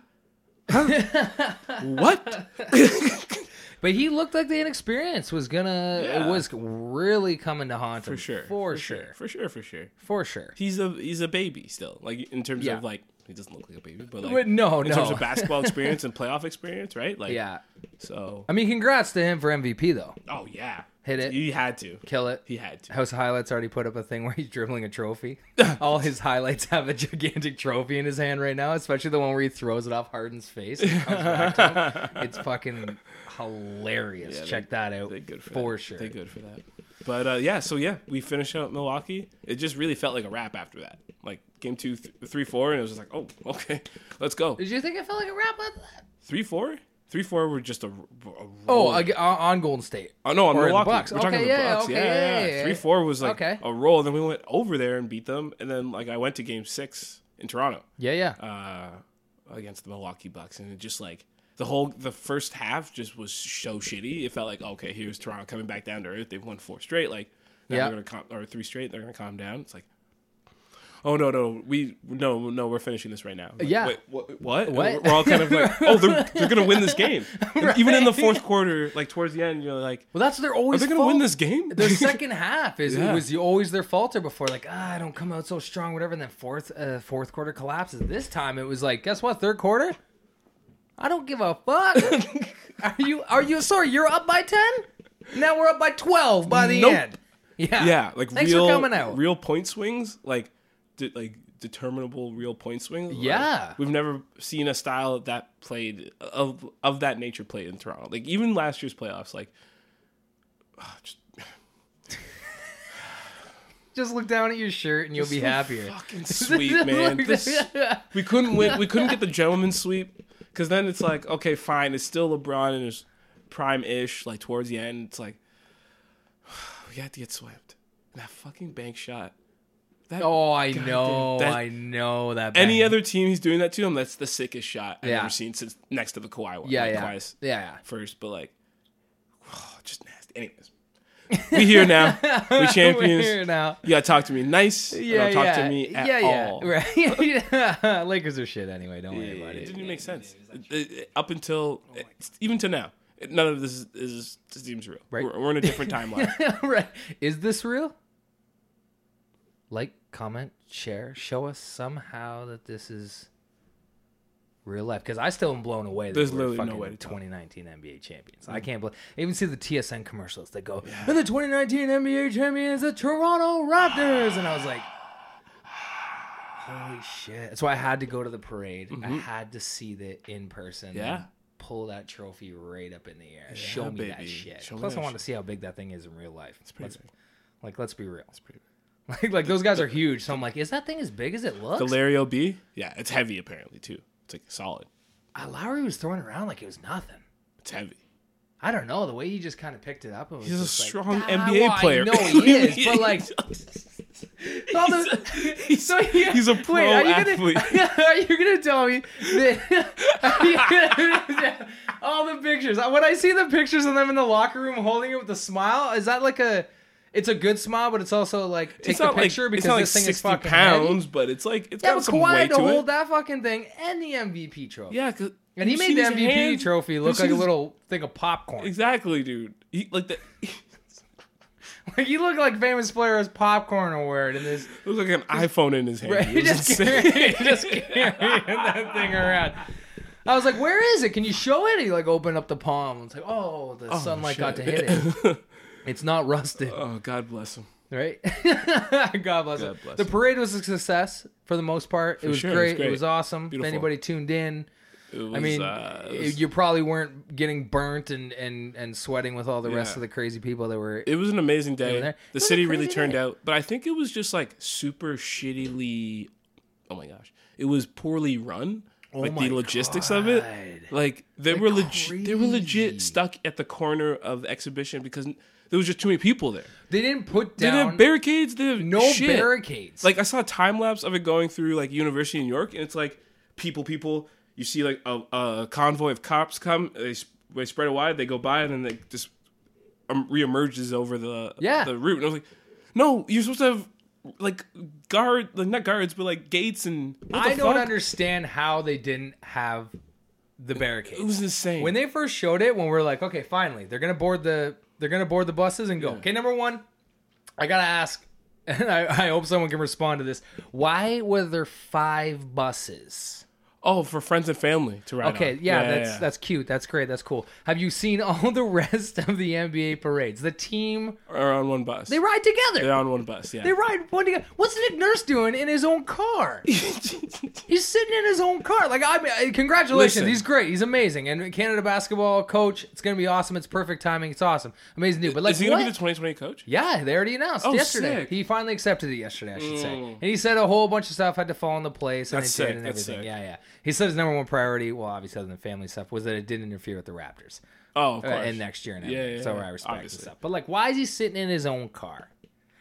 Speaker 2: Huh? what?
Speaker 1: But he looked like the inexperience was gonna
Speaker 2: Yeah.
Speaker 1: it was really coming to haunt him
Speaker 2: For sure.
Speaker 1: for sure
Speaker 2: For sure. For sure.
Speaker 1: for sure.
Speaker 2: He's a he's a baby still. Like in terms
Speaker 1: Yeah.
Speaker 2: of like He doesn't look like a baby, but like
Speaker 1: Wait, no,
Speaker 2: in
Speaker 1: no.
Speaker 2: terms of basketball experience and playoff experience, right? Like
Speaker 1: Yeah.
Speaker 2: So
Speaker 1: I mean, congrats to him for MVP though.
Speaker 2: oh yeah,
Speaker 1: Hit it.
Speaker 2: He had to.
Speaker 1: Kill it.
Speaker 2: He had to.
Speaker 1: House Highlights already put up a thing where he's dribbling a trophy. All his highlights have a gigantic trophy in his hand right now, especially the one where he throws it off Harden's face. And comes back to him. It's fucking hilarious.
Speaker 2: Yeah,
Speaker 1: Check that out
Speaker 2: They good for,
Speaker 1: for
Speaker 2: that.
Speaker 1: sure.
Speaker 2: They good for that. But uh, yeah, so yeah, we finished out Milwaukee. It just really felt like a wrap after that. Like game two, th- three, four, and it was just like, oh, okay, let's go.
Speaker 1: Did you think it felt like a wrap up?
Speaker 2: Three, four, three, four were just a, r- a
Speaker 1: Oh,
Speaker 2: roll.
Speaker 1: ag- on on Golden State.
Speaker 2: Oh no, on
Speaker 1: Or the
Speaker 2: Milwaukee.
Speaker 1: Bucks.
Speaker 2: We're talking
Speaker 1: Okay,
Speaker 2: about the
Speaker 1: yeah,
Speaker 2: Bucks.
Speaker 1: okay,
Speaker 2: yeah,
Speaker 1: yeah,
Speaker 2: yeah,
Speaker 1: yeah, yeah.
Speaker 2: Three four was like
Speaker 1: Okay.
Speaker 2: a roll, and then we went over there and beat them, and then like I went to game six in Toronto
Speaker 1: Yeah, yeah.
Speaker 2: uh, against the Milwaukee Bucks, and it just like the whole the first half just was so shitty. It felt like okay, here's Toronto coming back down to earth. They've won four straight, like now
Speaker 1: Yeah.
Speaker 2: they're gonna calm, or three straight. They're gonna calm down. It's like. Oh no no we no no we're finishing this right now. Like,
Speaker 1: Yeah.
Speaker 2: wait, wha- what? And
Speaker 1: What?
Speaker 2: We're all kind of like, oh, they're, they're gonna win this game. And Even in the fourth quarter, like towards the end, you're like,
Speaker 1: well, that's their
Speaker 2: are
Speaker 1: always.
Speaker 2: they
Speaker 1: going
Speaker 2: gonna
Speaker 1: to
Speaker 2: win this game?
Speaker 1: The second half is
Speaker 2: Yeah.
Speaker 1: it was always their falter before, like ah, I don't come out so strong, whatever. And then fourth uh, fourth quarter collapses. This time it was like, guess what? Third quarter, I don't give a fuck. are you? Are you? Sorry, you're up by ten. Now we're up by twelve by the
Speaker 2: Nope.
Speaker 1: end. Yeah,
Speaker 2: yeah, like
Speaker 1: thanks
Speaker 2: real,
Speaker 1: for coming out.
Speaker 2: Real point swings, like de- like determinable real point swings. Like,
Speaker 1: Yeah.
Speaker 2: we've never seen a style that played of of that nature played in Toronto. Like even last year's playoffs, like ah, just
Speaker 1: Just look down at your shirt and you'll be happier.
Speaker 2: fucking sweet, man.
Speaker 1: Look,
Speaker 2: This- we couldn't win. We couldn't get the gentleman sweep because then it's like okay, fine. It's still LeBron and his prime ish. Like towards the end, it's like we had to get swept. That fucking bank shot. That
Speaker 1: Oh, I
Speaker 2: goddamn-
Speaker 1: know,
Speaker 2: that-
Speaker 1: I know that.
Speaker 2: any
Speaker 1: bang.
Speaker 2: other team he's doing that to him, that's the sickest shot I've
Speaker 1: Yeah.
Speaker 2: ever seen since next to the Kawhi one.
Speaker 1: yeah,
Speaker 2: like,
Speaker 1: yeah,
Speaker 2: Kawhi's
Speaker 1: yeah, yeah.
Speaker 2: first, but like, oh, just nasty. Anyways, we here now. We champions.
Speaker 1: We're now.
Speaker 2: You gotta talk to me nice. Yeah,
Speaker 1: Yeah,
Speaker 2: don't talk
Speaker 1: yeah.
Speaker 2: to me at
Speaker 1: yeah, yeah.
Speaker 2: all.
Speaker 1: Right. yeah. Lakers are shit anyway. Don't worry about
Speaker 2: It
Speaker 1: it.
Speaker 2: didn't even make sense. It- it- up until even to now, it- none of this is, is this seems real.
Speaker 1: Right.
Speaker 2: We're, we're in a different timeline.
Speaker 1: right. Is this real? Like, comment, share, show us somehow that this is real life. Because I still am blown away. That
Speaker 2: There's
Speaker 1: we're
Speaker 2: literally no
Speaker 1: fucking
Speaker 2: way to tell.
Speaker 1: 2019 NBA champions. I can't believe. I even see the TSN commercials that go, "And the 2019 NBA champions, the Toronto Raptors," and I was like. Holy shit. So I had to go to the parade. I had to see that in person.
Speaker 2: Mm-hmm. Yeah.
Speaker 1: and Pull that trophy right up in the air. Show me that
Speaker 2: baby.
Speaker 1: shit.
Speaker 2: Show me
Speaker 1: Plus,
Speaker 2: that
Speaker 1: I want to see how big that thing is in real life. It's
Speaker 2: pretty
Speaker 1: let's,
Speaker 2: big.
Speaker 1: Like, let's be real. Like, like those guys are huge. So I'm like, is that thing as big as it looks?
Speaker 2: Delario B. Yeah, it's heavy apparently too. It's like solid.
Speaker 1: Uh, Lowry was throwing it around like it was nothing.
Speaker 2: It's heavy. I
Speaker 1: I don't know. The way he just kind of picked it up, it was
Speaker 2: He's a
Speaker 1: just like,
Speaker 2: strong
Speaker 1: "Ah,
Speaker 2: NBA
Speaker 1: well,
Speaker 2: player.
Speaker 1: I know he is, but like, all the-
Speaker 2: He's,
Speaker 1: So yeah,
Speaker 2: he's a pro athlete.
Speaker 1: Gonna, are you gonna tell me that? are you gonna- all the pictures. When I see the pictures of them in the locker room holding it with a smile, is that like a? It's a good smile, but it's also like take
Speaker 2: it's
Speaker 1: the
Speaker 2: not like,
Speaker 1: picture
Speaker 2: it's
Speaker 1: because
Speaker 2: not like
Speaker 1: this thing
Speaker 2: 60
Speaker 1: is fucking
Speaker 2: pounds,
Speaker 1: heavy.
Speaker 2: but it's like it's
Speaker 1: Yeah,
Speaker 2: got
Speaker 1: but
Speaker 2: some
Speaker 1: Kawhi
Speaker 2: weight
Speaker 1: to
Speaker 2: to
Speaker 1: hold
Speaker 2: it.
Speaker 1: that fucking thing and the MVP trophy.
Speaker 2: Yeah, 'cause-
Speaker 1: and he
Speaker 2: you
Speaker 1: made
Speaker 2: see
Speaker 1: the
Speaker 2: his
Speaker 1: MVP
Speaker 2: hands?
Speaker 1: trophy
Speaker 2: You
Speaker 1: look
Speaker 2: see
Speaker 1: like a
Speaker 2: his-
Speaker 1: little thing of popcorn.
Speaker 2: Exactly, dude. He like that.
Speaker 1: Like you look like famous player has popcorn award in this.
Speaker 2: It was like an iPhone in his hand.
Speaker 1: Right,
Speaker 2: It
Speaker 1: he
Speaker 2: was
Speaker 1: just
Speaker 2: insane.
Speaker 1: carrying, just carrying that thing around. I was like, "Where is it? Can you show it?" He like opened up the palm. It's like, "Oh, the sunlight got to
Speaker 2: shit.
Speaker 1: hit it. It's not rusted,
Speaker 2: oh, God bless him.
Speaker 1: right?" God bless
Speaker 2: God
Speaker 1: it.
Speaker 2: bless
Speaker 1: the
Speaker 2: him.
Speaker 1: parade was a success for the most part. it, was
Speaker 2: sure, it was
Speaker 1: great. it was
Speaker 2: great.
Speaker 1: awesome.
Speaker 2: Beautiful.
Speaker 1: If anybody tuned in,
Speaker 2: It was,
Speaker 1: I mean,
Speaker 2: uh, it
Speaker 1: y-
Speaker 2: was,
Speaker 1: you probably weren't getting burnt and and and sweating with all the rest
Speaker 2: Yeah.
Speaker 1: of the crazy people that were.
Speaker 2: it was an amazing day.
Speaker 1: there. It
Speaker 2: The
Speaker 1: was a
Speaker 2: city really
Speaker 1: crazy
Speaker 2: turned
Speaker 1: day.
Speaker 2: out, but I think it was just like super shittily. Oh my gosh, it was poorly run. like
Speaker 1: Oh my
Speaker 2: the logistics of it,
Speaker 1: God.
Speaker 2: like they were legit. They were
Speaker 1: crazy.
Speaker 2: legit stuck at the corner of the exhibition because there was just too many people there.
Speaker 1: they didn't put
Speaker 2: They didn't
Speaker 1: down
Speaker 2: have barricades. They didn't have
Speaker 1: no
Speaker 2: shit.
Speaker 1: barricades.
Speaker 2: Like I saw a time lapse of it going through like University of New York, and it's like people, people. You see like a, a convoy of cops come. They sp- they spread it wide. They go by, and then they just um, reemerges over the
Speaker 1: Yeah.
Speaker 2: the route. And I was like, no, you're supposed to have like guard, like not guards, but like gates and what the
Speaker 1: I don't
Speaker 2: fuck?
Speaker 1: understand how they didn't have the barricades.
Speaker 2: It was insane.
Speaker 1: when they first showed it when we are like okay finally they're gonna board the they're gonna board the buses and go okay number one i gotta ask and I, I hope someone can respond to this. Why were there five buses?
Speaker 2: Oh, for friends and family to ride.
Speaker 1: Okay,
Speaker 2: on.
Speaker 1: yeah, that's that's cute. That's great. That's cool. Have you seen all the rest of the NBA parades? The team
Speaker 2: Or on one bus.
Speaker 1: they ride together.
Speaker 2: They're on one bus. Yeah.
Speaker 1: They ride one together. What's Nick Nurse doing in his own car? he's sitting in his own car. Like I mean, uh, congratulations.
Speaker 2: Listen.
Speaker 1: He's great. He's amazing. And Canada basketball coach. It's gonna be awesome. It's perfect timing. It's awesome. Amazing dude. But like,
Speaker 2: Is he
Speaker 1: what?
Speaker 2: gonna be the 2020 coach?
Speaker 1: yeah, they already announced
Speaker 2: Oh,
Speaker 1: yesterday.
Speaker 2: sick. Mm.
Speaker 1: He finally accepted it yesterday, I should say. And he said a whole bunch of stuff had to fall into place and
Speaker 2: That's
Speaker 1: it did
Speaker 2: sick.
Speaker 1: and
Speaker 2: That's
Speaker 1: everything.
Speaker 2: sick.
Speaker 1: Yeah, yeah. He said his number one priority, well, obviously other than family stuff, was that it didn't interfere with the Raptors
Speaker 2: Oh, of
Speaker 1: uh,
Speaker 2: course.
Speaker 1: and next year and
Speaker 2: Yeah,
Speaker 1: everything.
Speaker 2: yeah,
Speaker 1: so
Speaker 2: yeah.
Speaker 1: I respect
Speaker 2: Obviously.
Speaker 1: and stuff. But like, why is he sitting in his own car?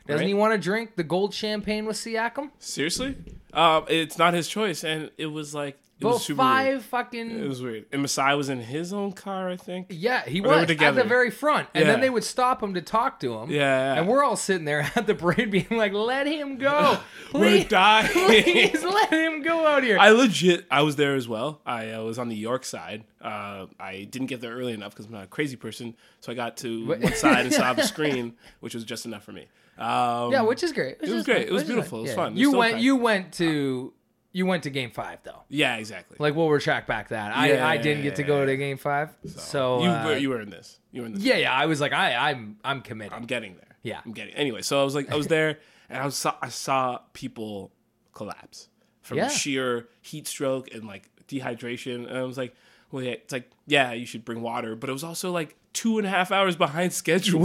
Speaker 1: Doesn't
Speaker 2: Right?
Speaker 1: he want to drink the gold champagne with Siakam?
Speaker 2: Seriously? Uh, it's not his choice, and it was like it
Speaker 1: Well,
Speaker 2: was super
Speaker 1: five
Speaker 2: Weird.
Speaker 1: fucking
Speaker 2: It was weird. And Masai was in his own car, I think.
Speaker 1: yeah, he
Speaker 2: were
Speaker 1: was at
Speaker 2: together.
Speaker 1: the very front, and then
Speaker 2: Yeah.
Speaker 1: they would stop him to talk to him.
Speaker 2: Yeah.
Speaker 1: and we're all sitting there at the parade, being like, "Let him go,
Speaker 2: We're
Speaker 1: please,
Speaker 2: dying.
Speaker 1: please, let him go out here."
Speaker 2: I legit, I was there as well. I uh, was on the York side. Uh, I didn't get there early enough because I'm not a crazy person, so I got to one side and saw the screen, which was just enough for me. Um,
Speaker 1: yeah, which is great. Which
Speaker 2: was
Speaker 1: is
Speaker 2: great.
Speaker 1: fun.
Speaker 2: It
Speaker 1: Which
Speaker 2: was
Speaker 1: is
Speaker 2: beautiful. It was fun. It was
Speaker 1: You
Speaker 2: still
Speaker 1: went.
Speaker 2: fun.
Speaker 1: You went to. You went to game five though.
Speaker 2: yeah, exactly.
Speaker 1: Like we'll retract back that.
Speaker 2: Yeah.
Speaker 1: I, I didn't get to go to game five. So,
Speaker 2: you,
Speaker 1: uh,
Speaker 2: were, you were in this. You were in this.
Speaker 1: Yeah, yeah. I was like, I, I'm, I'm committed.
Speaker 2: I'm getting there.
Speaker 1: Yeah.
Speaker 2: I'm getting. Anyway, so I was like, I was there, and I was saw, I saw people collapse from
Speaker 1: Yeah.
Speaker 2: sheer heat stroke and like dehydration, and I was like, well, yeah, it's like, yeah, you should bring water, but it was also like two and a half hours behind schedule.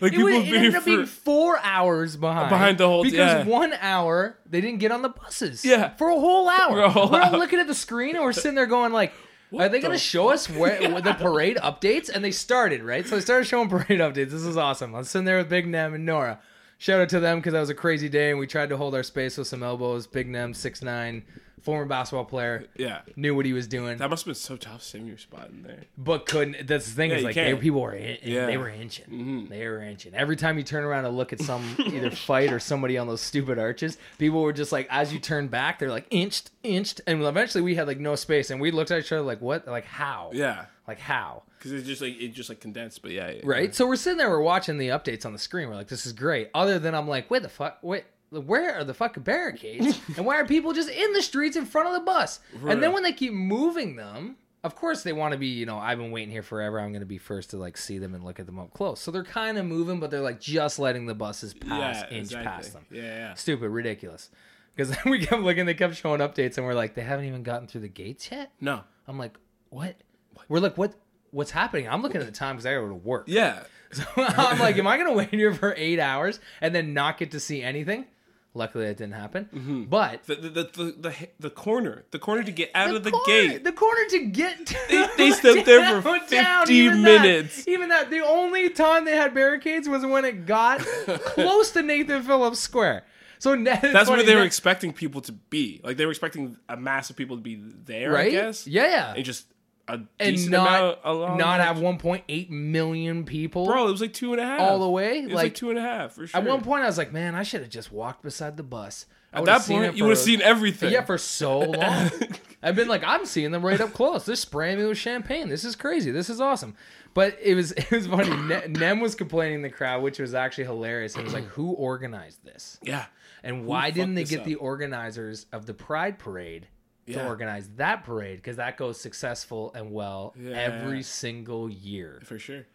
Speaker 2: like
Speaker 1: it,
Speaker 2: people
Speaker 1: was,
Speaker 2: have
Speaker 1: it
Speaker 2: been
Speaker 1: ended
Speaker 2: here
Speaker 1: up being
Speaker 2: for-
Speaker 1: four hours behind.
Speaker 2: Behind the whole-
Speaker 1: because
Speaker 2: yeah.
Speaker 1: one hour they didn't get on the buses.
Speaker 2: Yeah.
Speaker 1: for a whole hour.
Speaker 2: a whole
Speaker 1: we're all
Speaker 2: hour.
Speaker 1: looking at the screen and we're sitting there going like. Are they going to
Speaker 2: the
Speaker 1: show us where where the parade updates? And they started right, so they started showing parade updates. This is awesome. I was sitting there with Big Nem and Nora. Shout out to them because that was a crazy day, and we tried to hold our space with some elbows. Big Nem, six nine, former basketball player,
Speaker 2: yeah.
Speaker 1: knew what he was doing.
Speaker 2: That must have been so tough saving your spot in there.
Speaker 1: but couldn't. That's the thing is
Speaker 2: you
Speaker 1: like they,
Speaker 2: can't.
Speaker 1: people were in,
Speaker 2: Yeah. Mm-hmm.
Speaker 1: they were inching, they were inching. Every time you turn around and look at some either fight or somebody on those stupid arches, people were just like as you turn back, they're like inched, inched, and eventually we had like no space, and we looked at each other like what, like how,
Speaker 2: Yeah,
Speaker 1: like how.
Speaker 2: because it just like it just like condensed, but yeah, yeah.
Speaker 1: Right. So we're sitting there, we're watching the updates on the screen. We're like, this is great. Other than I'm like, wait the fuck, wait. Where are the fucking barricades? and why are people just in the streets in front of the bus? And then when they keep moving them, of course they want to be, you know, I've been waiting here forever. I'm going to be first to like see them and look at them up close. So they're kind of moving, but they're like just letting the buses pass,
Speaker 2: yeah,
Speaker 1: inch
Speaker 2: exactly.
Speaker 1: past them.
Speaker 2: Yeah, yeah.
Speaker 1: Stupid, ridiculous. Because we kept looking, they kept showing updates, and we're like, they haven't even gotten through the gates yet.
Speaker 2: No.
Speaker 1: I'm like, what? We're like, what? What's happening? I'm looking at the time because I gotta go to work.
Speaker 2: Yeah.
Speaker 1: I'm like, am I gonna wait here for eight hours and then not get to see anything? Luckily, that didn't happen. But
Speaker 2: Mm-hmm. The, the, the, the, the, the corner, the corner to get out of the
Speaker 1: corner-
Speaker 2: gate.
Speaker 1: the corner to get to
Speaker 2: They- they
Speaker 1: the
Speaker 2: stood there for
Speaker 1: downtown,
Speaker 2: 50
Speaker 1: even
Speaker 2: minutes.
Speaker 1: That, even that, the only time they had barricades was when it got close to Nathan Phillips Square. So
Speaker 2: That's where they were expecting people to be. Like they were expecting a mass of people to be there,
Speaker 1: right?
Speaker 2: I guess.
Speaker 1: Yeah, yeah.
Speaker 2: And just a
Speaker 1: and
Speaker 2: decent
Speaker 1: not
Speaker 2: amount along.
Speaker 1: not
Speaker 2: the-
Speaker 1: have 1.8 million people.
Speaker 2: Bro, it was like two and a half.
Speaker 1: All the way?
Speaker 2: It was like,
Speaker 1: Like-
Speaker 2: two and a half for sure.
Speaker 1: At one point, I was like, man, I should have just walked beside the bus. I
Speaker 2: At
Speaker 1: would've
Speaker 2: that
Speaker 1: seen
Speaker 2: point,
Speaker 1: it
Speaker 2: you would have
Speaker 1: for-
Speaker 2: seen everything.
Speaker 1: Yeah, for so long. I've been like, I'm seeing them right up close. They're spraying me with champagne. This is crazy. This is awesome. But it was it was funny. Ne- Nem was complaining in the crowd, which was actually hilarious. It was like, who organized this?
Speaker 2: yeah.
Speaker 1: And why didn't
Speaker 2: fucked
Speaker 1: they
Speaker 2: this
Speaker 1: get
Speaker 2: up?
Speaker 1: the organizers of the Pride Parade to
Speaker 2: Yeah.
Speaker 1: organize that parade? Because that goes successful and well every single year.
Speaker 2: For sure.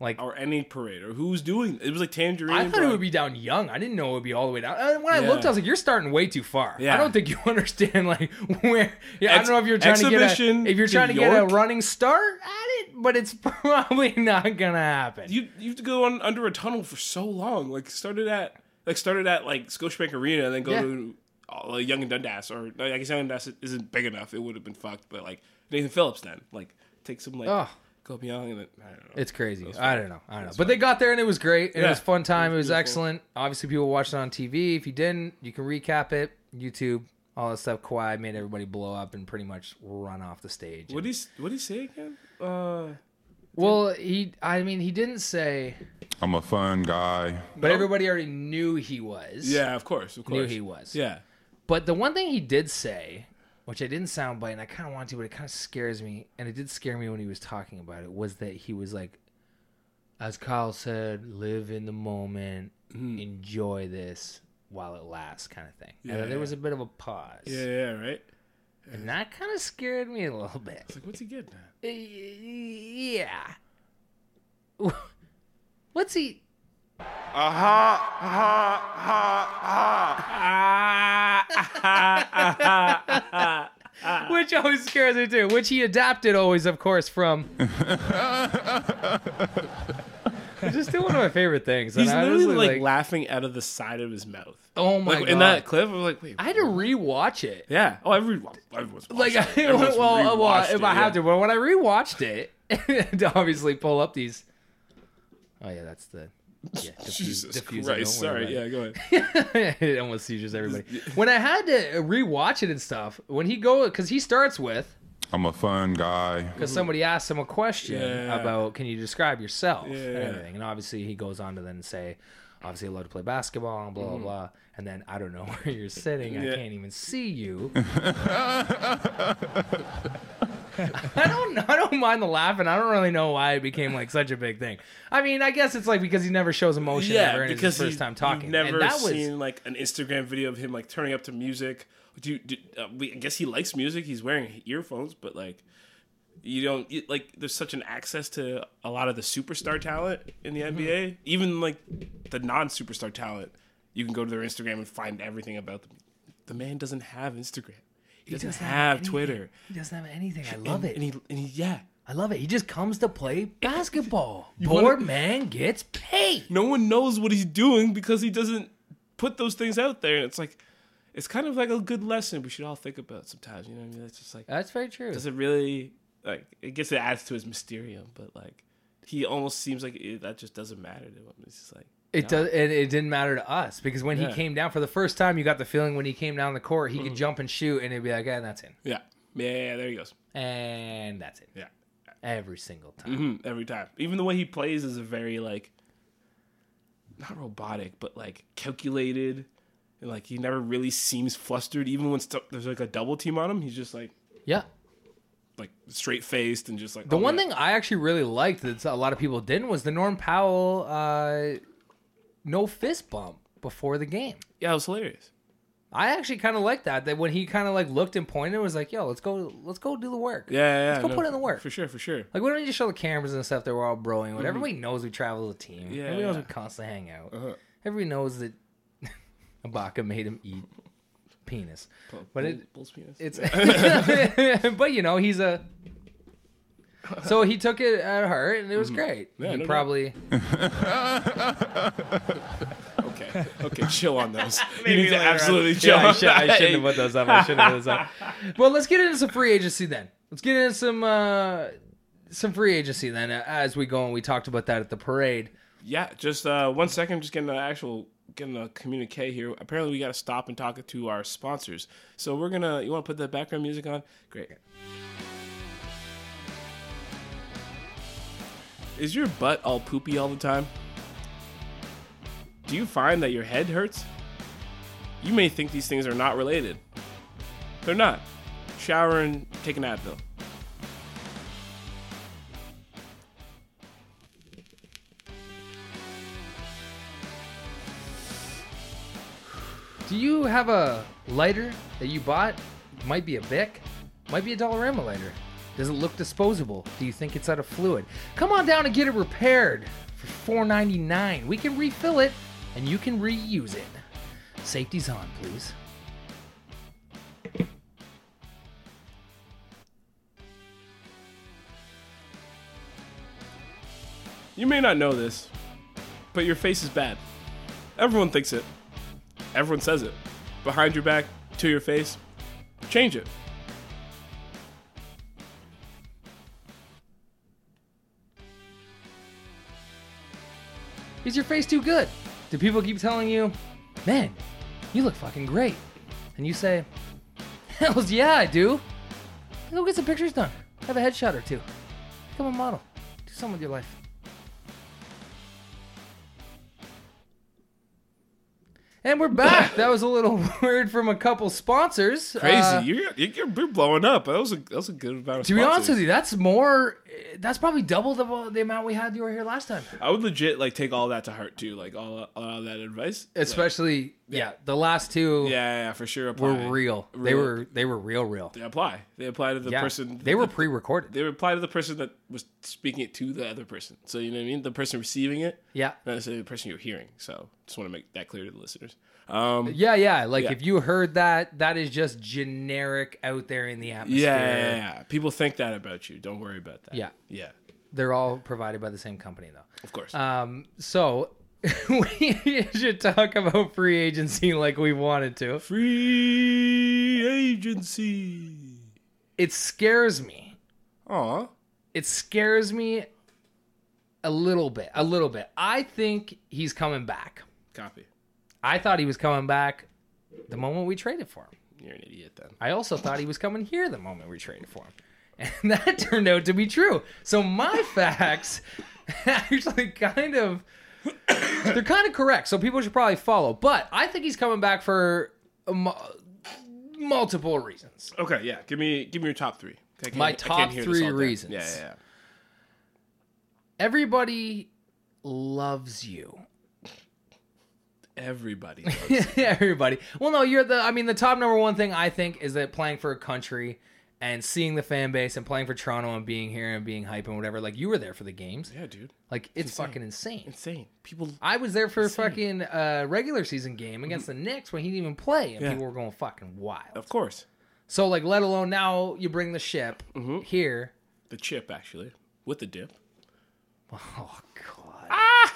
Speaker 1: Like
Speaker 2: Or any parade. Or who's doing it was like tangerine.
Speaker 1: I thought it
Speaker 2: Bro.
Speaker 1: would be down young. I didn't know it would be all the way down. And when I looked, I
Speaker 2: Yeah.
Speaker 1: was like, "You're starting way too far. I
Speaker 2: Yeah.
Speaker 1: don't think you understand like where." Yeah, I
Speaker 2: Ex-
Speaker 1: don't know if you're trying to get a,
Speaker 2: exhibition
Speaker 1: if you're
Speaker 2: to
Speaker 1: trying to get
Speaker 2: York?
Speaker 1: a running start at it, but it's probably not gonna happen.
Speaker 2: you you have to go on under a tunnel for so long. Like started at like started at like Scotiabank Arena and then go
Speaker 1: Yeah.
Speaker 2: to uh, like Young and Dundas or like, I guess Young and Dundas isn't big enough. It would have been fucked. But like Nathan Phillips then like take some like
Speaker 1: Ugh.
Speaker 2: go beyond and then, I don't know.
Speaker 1: it's crazy. I don't know. I don't know. But they got there and it was great. And it
Speaker 2: Yeah.
Speaker 1: was a fun time. It was,
Speaker 2: beautiful.
Speaker 1: excellent. Obviously, people watched it on TV. If you didn't, you can recap it. YouTube, all that stuff. Kawhi made everybody blow up and pretty much run off the stage.
Speaker 2: what do you what do you say again? Uh,
Speaker 1: well, he. I mean, he didn't say,
Speaker 3: I'm a fun guy.
Speaker 1: but everybody already knew he was.
Speaker 2: yeah, of course, of course.
Speaker 1: knew he was.
Speaker 2: Yeah,
Speaker 1: But the one thing he did say, which I didn't sound bite, and I kind of want to, but it kind of scares me, and it did scare me when he was talking about it, was that he was like, as Kyle said, live in the moment,
Speaker 2: Hmm.
Speaker 1: enjoy this while it lasts, kind of thing. And then
Speaker 2: Yeah.
Speaker 1: there was a bit of a pause,
Speaker 2: Yeah, yeah, right.
Speaker 1: and that kind of scared me a little bit.
Speaker 2: It's like, what's he getting
Speaker 1: Uh,
Speaker 2: at?
Speaker 1: Yeah. What's he? Ah, Aha! ah, Which always scares me too. Which he adapted always, of course, from. It's Just do one of my favorite things. and
Speaker 2: He's
Speaker 1: I was
Speaker 2: literally like,
Speaker 1: like,
Speaker 2: laughing out of the side of his mouth.
Speaker 1: oh my
Speaker 2: like
Speaker 1: god!
Speaker 2: in that clip, I was like, wait,
Speaker 1: I had to rewatch it.
Speaker 2: yeah. Oh, everyone, everyone's
Speaker 1: Like,
Speaker 2: watched it.
Speaker 1: well,
Speaker 2: Everyone's
Speaker 1: well,
Speaker 2: rewatched
Speaker 1: if
Speaker 2: it,
Speaker 1: I have to,
Speaker 2: yeah.
Speaker 1: but when I rewatched it, to obviously pull up these. Oh yeah, that's the. Yeah, diffuse-
Speaker 2: Jesus
Speaker 1: diffuse it,
Speaker 2: Christ,
Speaker 1: don't worry
Speaker 2: sorry. Yeah, go ahead.
Speaker 1: about it. it almost seizures everybody. When I had to rewatch it and stuff, when he go because he starts with
Speaker 3: I'm a fun guy.
Speaker 1: because somebody asks him a question
Speaker 2: Mm-hmm. Yeah.
Speaker 1: about can you describe yourself and
Speaker 2: Yeah.
Speaker 1: everything, and obviously he goes on to then say, obviously I love to play basketball and blah blah blah, and then I don't know where you're sitting, I
Speaker 2: Mm-hmm. Yeah.
Speaker 1: can't even see you. I don't I don't mind the laughing. I don't really know why it became like such a big thing. I mean, I guess it's like because he never shows emotion ever and it's his
Speaker 2: you-
Speaker 1: first time talking.
Speaker 2: You've never
Speaker 1: and that was
Speaker 2: seen like an Instagram video of him like turning up to music. Do, do uh, we, I guess he likes music. He's wearing earphones, but like you don't you, like. There's such an access to a lot of the superstar talent in the
Speaker 1: Mm-hmm.
Speaker 2: NBA. Even like the non-superstar talent, you can go to their Instagram and find everything about them. The man doesn't have Instagram. He doesn't,
Speaker 1: doesn't have
Speaker 2: have,
Speaker 1: anything.
Speaker 2: Twitter.
Speaker 1: he doesn't have anything. I love
Speaker 2: and,
Speaker 1: it.
Speaker 2: And he, and he yeah.
Speaker 1: I love it. He just comes to play basketball.
Speaker 2: wanna-
Speaker 1: Board man gets paid.
Speaker 2: no one knows what he's doing because he doesn't put those things out there. And it's like, it's kind of like a good lesson we should all think about sometimes. You know what I mean? It's just like,
Speaker 1: That's very true.
Speaker 2: does it really, like, I guess it adds to his mysterium, but like, he almost seems like it, that just doesn't matter to him. It's just like,
Speaker 1: It does, and it didn't matter to us because when he
Speaker 2: Yeah. Mm-hmm.
Speaker 1: came down for the first time, you got the feeling when he came down the court, he could jump and shoot, and it'd be like, "Yeah, that's in,"
Speaker 2: yeah, yeah, yeah, yeah, there he goes.
Speaker 1: and that's it
Speaker 2: Yeah.
Speaker 1: every single time.
Speaker 2: Mhm, every time. Even the way he plays is a very, like, not robotic, but like calculated. And like, he never really seems flustered. Even when st- there's like a double team on him, he's just like,
Speaker 1: Yeah.
Speaker 2: like straight faced and just like oh,
Speaker 1: The one thing I actually really liked that a lot of people didn't was the Norm Powell uh, no fist bump before the game.
Speaker 2: yeah, it was hilarious.
Speaker 1: I actually kind of liked that. That when he kind of like looked and pointed, it was like, "Yo, let's go, let's go do the work."
Speaker 2: Yeah, yeah,
Speaker 1: Let's go put in the work.
Speaker 2: for sure, for sure.
Speaker 1: Like, we don't need to show the cameras and stuff that we're all broing. But everybody knows we travel as a team.
Speaker 2: Mm-hmm. Yeah,
Speaker 1: everybody knows
Speaker 2: yeah. Uh-huh.
Speaker 1: we constantly hang out. Everybody knows that Ibaka made him eat penis. But it,
Speaker 2: Bull's penis.
Speaker 1: it's, but you know, he's a. So he took it at heart, and it was great.
Speaker 2: Mm-hmm. Yeah,
Speaker 1: he
Speaker 2: no doubt.
Speaker 1: probably
Speaker 2: okay, okay, chill on those. you
Speaker 1: Maybe
Speaker 2: need to
Speaker 1: later on.
Speaker 2: absolutely
Speaker 1: Yeah,
Speaker 2: chill.
Speaker 1: I, should,
Speaker 2: on
Speaker 1: I
Speaker 2: that.
Speaker 1: shouldn't have put those up. I shouldn't have put those up. Well, let's get into some free agency then. Let's get into some uh, some free agency then. uh, As we go, and we talked about that at the parade.
Speaker 2: Yeah, just uh, one second. Just getting an actual getting a communique here. Apparently, we got to stop and talk to our sponsors. So we're gonna. You want to put the background music on? Great. Is your butt all poopy all the time? Do you find that your head hurts? You may think these things are not related. They're not. Shower and take an Advil.
Speaker 1: Do you have a lighter that you bought? Might be a Bic, might be a Dollarama lighter. Does it look disposable? Do you think it's out of fluid? Come on down and get it repaired for $4.99. We can refill it and you can reuse it. Safety's on, please.
Speaker 2: You may not know this, but your face is bad. Everyone thinks it. Everyone says it. Behind your back, to your face. Change it.
Speaker 1: Is your face too good? Do people keep telling you, man, you look fucking great? And you say, hells yeah, I do. Go get some pictures done. Have a headshot or two. Become a model. Do something with your life. And we're back. that was a little word from a couple sponsors.
Speaker 2: Crazy,
Speaker 1: Uh,
Speaker 2: you're, you're you're blowing up. That was a that was a good amount of.
Speaker 1: to be honest with you, that's more. That's probably double the, the amount we had you were here last time.
Speaker 2: I would legit like take all that to heart too, like all, all that advice. Like,
Speaker 1: Especially, yeah, the last two
Speaker 2: yeah, yeah, yeah, for sure. Apply.
Speaker 1: were real. They
Speaker 2: Real.
Speaker 1: were they were real, real.
Speaker 2: They apply. They apply to the
Speaker 1: Yeah.
Speaker 2: person.
Speaker 1: they were pre-recorded.
Speaker 2: They apply to the person that was speaking it to the other person. So you know what I mean. The person receiving it,
Speaker 1: Yeah,
Speaker 2: not necessarily the person you're hearing. So just want to make that clear to the listeners. Um,
Speaker 1: yeah, yeah. Like
Speaker 2: Yeah.
Speaker 1: if you heard that, that is just generic out there in the atmosphere.
Speaker 2: yeah, yeah, yeah. people think that about you. Don't worry about that.
Speaker 1: Yeah.
Speaker 2: yeah,
Speaker 1: They're all provided by the same company though.
Speaker 2: of course.
Speaker 1: Um, so we should talk about free agency like we wanted to.
Speaker 2: Free agency.
Speaker 1: It scares me.
Speaker 2: Aw.
Speaker 1: It scares me a little bit. A little bit. I think he's coming back.
Speaker 2: Copy.
Speaker 1: I thought he was coming back the moment we traded for him.
Speaker 2: You're an idiot then.
Speaker 1: I also thought he was coming here the moment we traded for him. And that turned out to be true. So my facts actually kind of they're kind of correct. So people should probably follow. But I think he's coming back for a mu- multiple reasons.
Speaker 2: Okay, yeah. Give me give me your top three. I can't-
Speaker 1: My
Speaker 2: I can't
Speaker 1: top
Speaker 2: hear this
Speaker 1: three
Speaker 2: all day.
Speaker 1: reasons.
Speaker 2: Yeah, yeah, yeah.
Speaker 1: Everybody loves you.
Speaker 2: Everybody.
Speaker 1: Everybody. Well, no, you're the. I mean, the top number one thing I think is that playing for a country and seeing the fan base and playing for Toronto and being here and being hype and whatever. Like you were there for the games.
Speaker 2: yeah, dude.
Speaker 1: Like it's fucking insane.
Speaker 2: Insane. People
Speaker 1: I was there for a fucking uh, regular season game against the Knicks when he didn't even play, and
Speaker 2: Yeah.
Speaker 1: people were going fucking wild.
Speaker 2: of course.
Speaker 1: So like, let alone now you bring the ship here.
Speaker 2: The chip actually. With the dip.
Speaker 1: Oh god,
Speaker 2: Ow!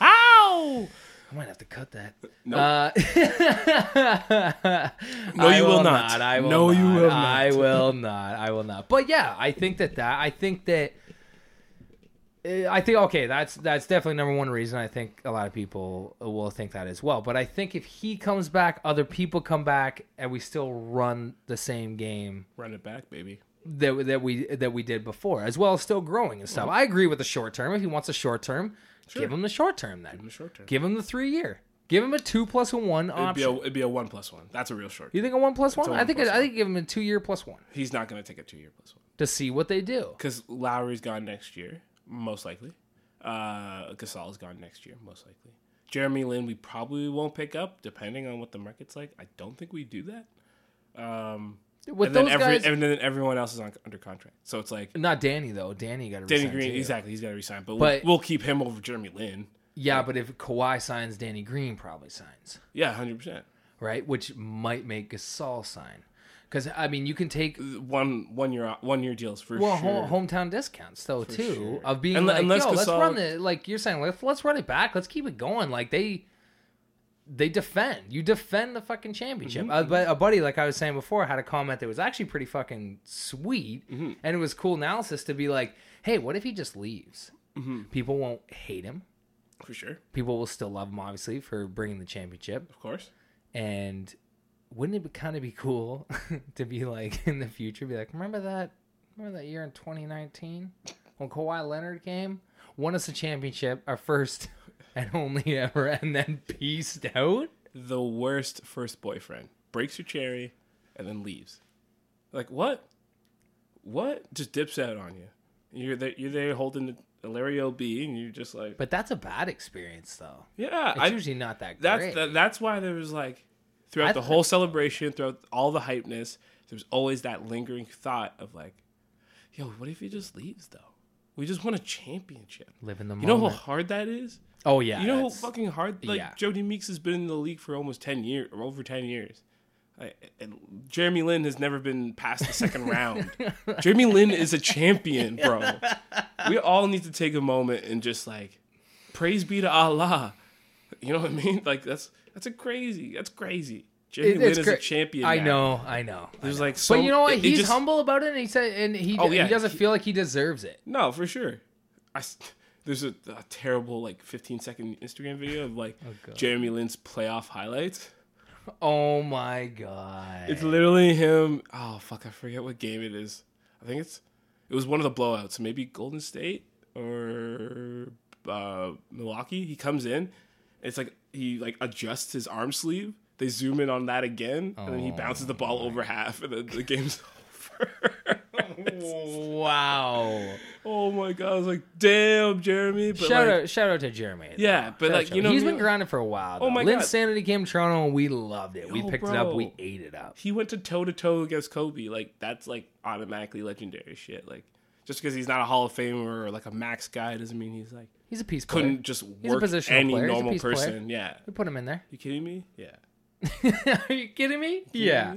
Speaker 1: Ah, I might have to cut that.
Speaker 2: Nope.
Speaker 1: Uh,
Speaker 2: No,
Speaker 1: I
Speaker 2: you will not.
Speaker 1: I will
Speaker 2: No,
Speaker 1: not.
Speaker 2: you will
Speaker 1: I
Speaker 2: not.
Speaker 1: will not. I will not. But yeah, I think that that I think that eh, I think okay, that's that's definitely number one reason. I think a lot of people will think that as well. But I think if he comes back, other people come back, and we still run the same game
Speaker 2: Run it back, baby.
Speaker 1: that that we that we did before, as well as still growing and
Speaker 2: Mm-hmm.
Speaker 1: stuff. I agree with the short term. If he wants a short term, give him the short term then. Give him,
Speaker 2: In the short term.
Speaker 1: the three year. Give him a two plus a one
Speaker 2: It'd be
Speaker 1: option.
Speaker 2: a it'd be a one plus one. That's a real short.
Speaker 1: you think a one plus one?
Speaker 2: a
Speaker 1: I
Speaker 2: one
Speaker 1: think
Speaker 2: plus
Speaker 1: I think give him a two year plus one
Speaker 2: He's not gonna take a two year plus one.
Speaker 1: to see what they do.
Speaker 2: Because Lowry's gone next year, most likely. Uh Gasol's gone next year, most likely. Jeremy Lin we probably won't pick up, depending on what the market's like. I don't think we do that. Um
Speaker 1: With
Speaker 2: and then
Speaker 1: those
Speaker 2: every
Speaker 1: guys,
Speaker 2: and then everyone else is on under contract. So it's like
Speaker 1: not Danny though. Danny got to
Speaker 2: Danny Green, exactly. He's got to resign, but,
Speaker 1: But-
Speaker 2: we'll, we'll keep him over Jeremy Lin.
Speaker 1: Yeah, but if Kawhi signs, Danny Green probably signs,
Speaker 2: Yeah, hundred percent.
Speaker 1: right? Which might make Gasol sign, because I mean you can take
Speaker 2: One one year one year deals for
Speaker 1: well
Speaker 2: sure.
Speaker 1: ho- hometown discounts though too
Speaker 2: sure.
Speaker 1: of being
Speaker 2: Unle-
Speaker 1: like
Speaker 2: unless
Speaker 1: yo, let's
Speaker 2: Gasol-
Speaker 1: run the like you're saying let's let's run it back, let's keep it going. Like they they defend you defend the fucking
Speaker 2: Mm-hmm.
Speaker 1: championship. Uh, but a buddy like I was saying before had a comment that was actually pretty fucking sweet,
Speaker 2: Mm-hmm.
Speaker 1: and it was cool analysis to be like, hey, what if he just leaves?
Speaker 2: Mm-hmm.
Speaker 1: People won't hate him.
Speaker 2: for sure,
Speaker 1: people will still love him obviously for bringing the championship
Speaker 2: of course.
Speaker 1: and wouldn't it be kind of be cool to be like in the future be like remember that remember that year in 2019 when Kawhi Leonard came won us a championship our first and only ever and then peaced out
Speaker 2: The worst first boyfriend breaks your cherry, and then leaves. Like what? What? Just dips out on you. You're there, you're there holding the Larry B, and you're just like,
Speaker 1: but that's a bad experience though
Speaker 2: yeah,
Speaker 1: it's
Speaker 2: I
Speaker 1: usually not that
Speaker 2: That's
Speaker 1: great
Speaker 2: that, that's why there was like throughout
Speaker 1: I
Speaker 2: the
Speaker 1: thought-
Speaker 2: whole celebration, throughout all the hypeness, there was always that lingering thought of like, yo, what if he just leaves though? We just won a championship.
Speaker 1: live in the
Speaker 2: You know
Speaker 1: moment
Speaker 2: how hard that is?
Speaker 1: oh yeah
Speaker 2: you know how
Speaker 1: that's-
Speaker 2: fucking hard like
Speaker 1: yeah.
Speaker 2: Jody Meeks has been in the league for almost ten years or over ten years. I, and Jeremy Lin has never been past the second round. Jeremy Lin is a champion, bro. We all need to take a moment and just like praise be to Allah. You know what I mean? Like that's that's a crazy. That's crazy. Jeremy
Speaker 1: It-
Speaker 2: Lin
Speaker 1: it's
Speaker 2: is a
Speaker 1: cra-
Speaker 2: champion.
Speaker 1: I
Speaker 2: now.
Speaker 1: know I know I
Speaker 2: There's
Speaker 1: know.
Speaker 2: like so.
Speaker 1: but you know what
Speaker 2: it- it
Speaker 1: he's
Speaker 2: just-
Speaker 1: humble about it and he said and he,
Speaker 2: Oh, yeah,
Speaker 1: he doesn't
Speaker 2: he-
Speaker 1: feel like he deserves it
Speaker 2: No, for sure. I s- there's a, a terrible like 15 second Instagram video of like Jeremy Lin's playoff highlights.
Speaker 1: Oh my god.
Speaker 2: It's literally him. Oh fuck, I forget what game it is. I think it's it was one of the blowouts, maybe Golden State or uh, Milwaukee. He comes in It's like he like adjusts his arm sleeve. They zoom in on that again, and then
Speaker 1: Oh
Speaker 2: he bounces the ball over half, and then the game's over.
Speaker 1: Wow.
Speaker 2: oh my god! I was like, damn, Jeremy. But
Speaker 1: shout
Speaker 2: like,
Speaker 1: out shout out to Jeremy.
Speaker 2: yeah, but like you know,
Speaker 1: he's
Speaker 2: me-
Speaker 1: been grounded for a while. Though.
Speaker 2: Oh my
Speaker 1: Lynn
Speaker 2: God.
Speaker 1: Sanity came to Toronto and we loved it. we
Speaker 2: Yo,
Speaker 1: picked it up.
Speaker 2: bro.
Speaker 1: We ate it up.
Speaker 2: he went to toe to toe against Kobe. Like that's like automatically legendary shit. Like just because he's not a Hall of Famer or like a max guy doesn't mean he's like
Speaker 1: He's a piece
Speaker 2: couldn't
Speaker 1: player.
Speaker 2: just
Speaker 1: He's a
Speaker 2: work
Speaker 1: positional
Speaker 2: any
Speaker 1: player. He's a
Speaker 2: normal
Speaker 1: piece player.
Speaker 2: person. Yeah,
Speaker 1: We put him in there.
Speaker 2: you kidding me? Yeah,
Speaker 1: Are you kidding me? Yeah.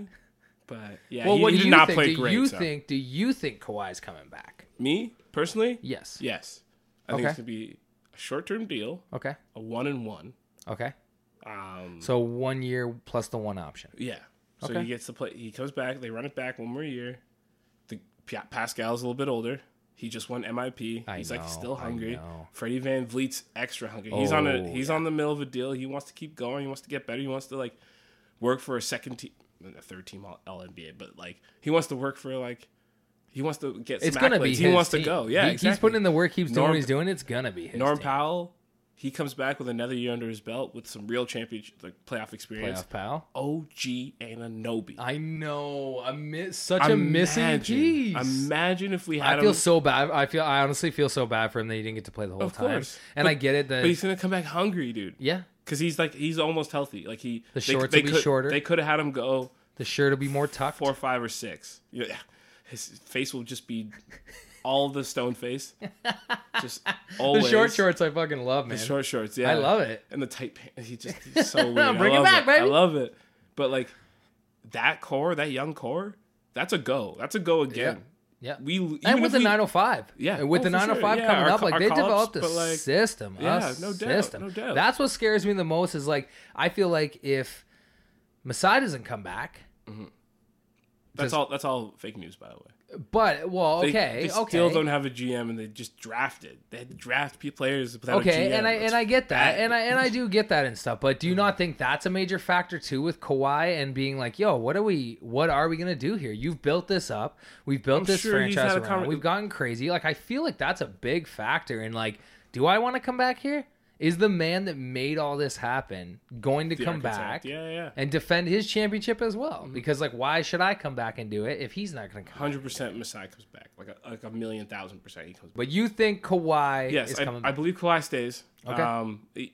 Speaker 2: but yeah,
Speaker 1: Well,
Speaker 2: he,
Speaker 1: what
Speaker 2: he
Speaker 1: do
Speaker 2: did
Speaker 1: you
Speaker 2: not
Speaker 1: think?
Speaker 2: play
Speaker 1: do
Speaker 2: great.
Speaker 1: you
Speaker 2: so.
Speaker 1: think? Do you think Kawhi's coming back?
Speaker 2: me personally?
Speaker 1: Yes.
Speaker 2: Yes, I think
Speaker 1: Okay.
Speaker 2: it's gonna be a short term deal,
Speaker 1: Okay.
Speaker 2: a one and one.
Speaker 1: Okay.
Speaker 2: Um,
Speaker 1: So one year plus the one option.
Speaker 2: yeah, so
Speaker 1: Okay.
Speaker 2: he gets to play. He comes back. They run it back one more year. The P- Pascal's a little bit older. He just won MIP.
Speaker 1: I
Speaker 2: he's
Speaker 1: know,
Speaker 2: like still
Speaker 1: I
Speaker 2: hungry.
Speaker 1: know.
Speaker 2: Freddie Van Vliet's extra hungry. He's on a
Speaker 1: Oh,
Speaker 2: he's on the middle of a deal. He wants to keep going. He wants to get better. He wants to like work for a second team, a third team all all NBA, but like he wants to work for like he wants to get. Some
Speaker 1: It's gonna be.
Speaker 2: accolades.
Speaker 1: His
Speaker 2: He wants
Speaker 1: team.
Speaker 2: to go. Yeah,
Speaker 1: He- He's
Speaker 2: exactly.
Speaker 1: putting in the work. Keeps doing
Speaker 2: Norm-
Speaker 1: what he's doing. It's gonna be his
Speaker 2: Norm
Speaker 1: team.
Speaker 2: Powell. He comes back with another year under his belt with some real championship like playoff experience.
Speaker 1: Playoff pal.
Speaker 2: OG Ananobi.
Speaker 1: I know. A mi- such a missing piece.
Speaker 2: Imagine if we had
Speaker 1: I feel
Speaker 2: him.
Speaker 1: so bad. I feel. I honestly feel so bad for him that he didn't get to play the whole
Speaker 2: Of
Speaker 1: time.
Speaker 2: course.
Speaker 1: And
Speaker 2: But-
Speaker 1: I get it. That
Speaker 2: but he's gonna come back hungry, dude.
Speaker 1: yeah,
Speaker 2: Because he's like he's almost healthy. Like he
Speaker 1: The shorts will be
Speaker 2: could,
Speaker 1: shorter.
Speaker 2: They could have had him go
Speaker 1: the shirt will be more tucked.
Speaker 2: four, five, or six. Yeah, his face will just be all the stone face. Just
Speaker 1: the
Speaker 2: always
Speaker 1: short shorts, I fucking love, man.
Speaker 2: The short shorts. Yeah,
Speaker 1: I love it.
Speaker 2: And the tight pants. He just he's so weird.
Speaker 1: Bring
Speaker 2: I
Speaker 1: it
Speaker 2: love
Speaker 1: back, baby.
Speaker 2: I love it. But like that core, that young core, that's a go. That's a go again.
Speaker 1: Yeah.
Speaker 2: We even
Speaker 1: and
Speaker 2: if
Speaker 1: with the
Speaker 2: we-
Speaker 1: 905,
Speaker 2: Yeah.
Speaker 1: and with
Speaker 2: Oh,
Speaker 1: the
Speaker 2: for sure.
Speaker 1: 905
Speaker 2: Yeah,
Speaker 1: coming
Speaker 2: our
Speaker 1: up,
Speaker 2: co-
Speaker 1: like
Speaker 2: our
Speaker 1: they
Speaker 2: co-ops,
Speaker 1: developed a
Speaker 2: but, like,
Speaker 1: system,
Speaker 2: yeah,
Speaker 1: a
Speaker 2: no doubt,
Speaker 1: system.
Speaker 2: no doubt.
Speaker 1: That's what scares me the most. Is like I feel like if Masai doesn't come back, oh-
Speaker 2: That's all. That's all fake news, by the way.
Speaker 1: but well,
Speaker 2: They-
Speaker 1: okay,
Speaker 2: they
Speaker 1: okay,
Speaker 2: still don't have a GM, and they just drafted. They had to draft pe- players without a
Speaker 1: okay,
Speaker 2: GM.
Speaker 1: and I
Speaker 2: That's
Speaker 1: and I get that,
Speaker 2: bad.
Speaker 1: and I and I do get that and stuff. But do you
Speaker 2: Mm-hmm.
Speaker 1: not think that's a major factor too with Kawhi and being like, yo, what are we, what are we gonna do here? You've built this up, we've built
Speaker 2: I'm
Speaker 1: this
Speaker 2: sure he's
Speaker 1: franchise
Speaker 2: had a
Speaker 1: around,
Speaker 2: conver-
Speaker 1: we've gotten crazy. Like I feel like that's a big factor in like, do I want to come back here? Is the man that made all this happen going to
Speaker 2: The
Speaker 1: come
Speaker 2: architect.
Speaker 1: back
Speaker 2: Yeah, Mm-hmm. yeah,
Speaker 1: and defend his championship as well? Because like, why should I come back and do it if he's not gonna come?
Speaker 2: hundred percent. Masai comes back, like a, like a million thousand percent. He comes back.
Speaker 1: But you think Kawhi
Speaker 2: Yes,
Speaker 1: is
Speaker 2: I,
Speaker 1: coming
Speaker 2: I
Speaker 1: back?
Speaker 2: believe Kawhi stays.
Speaker 1: Okay.
Speaker 2: Um, the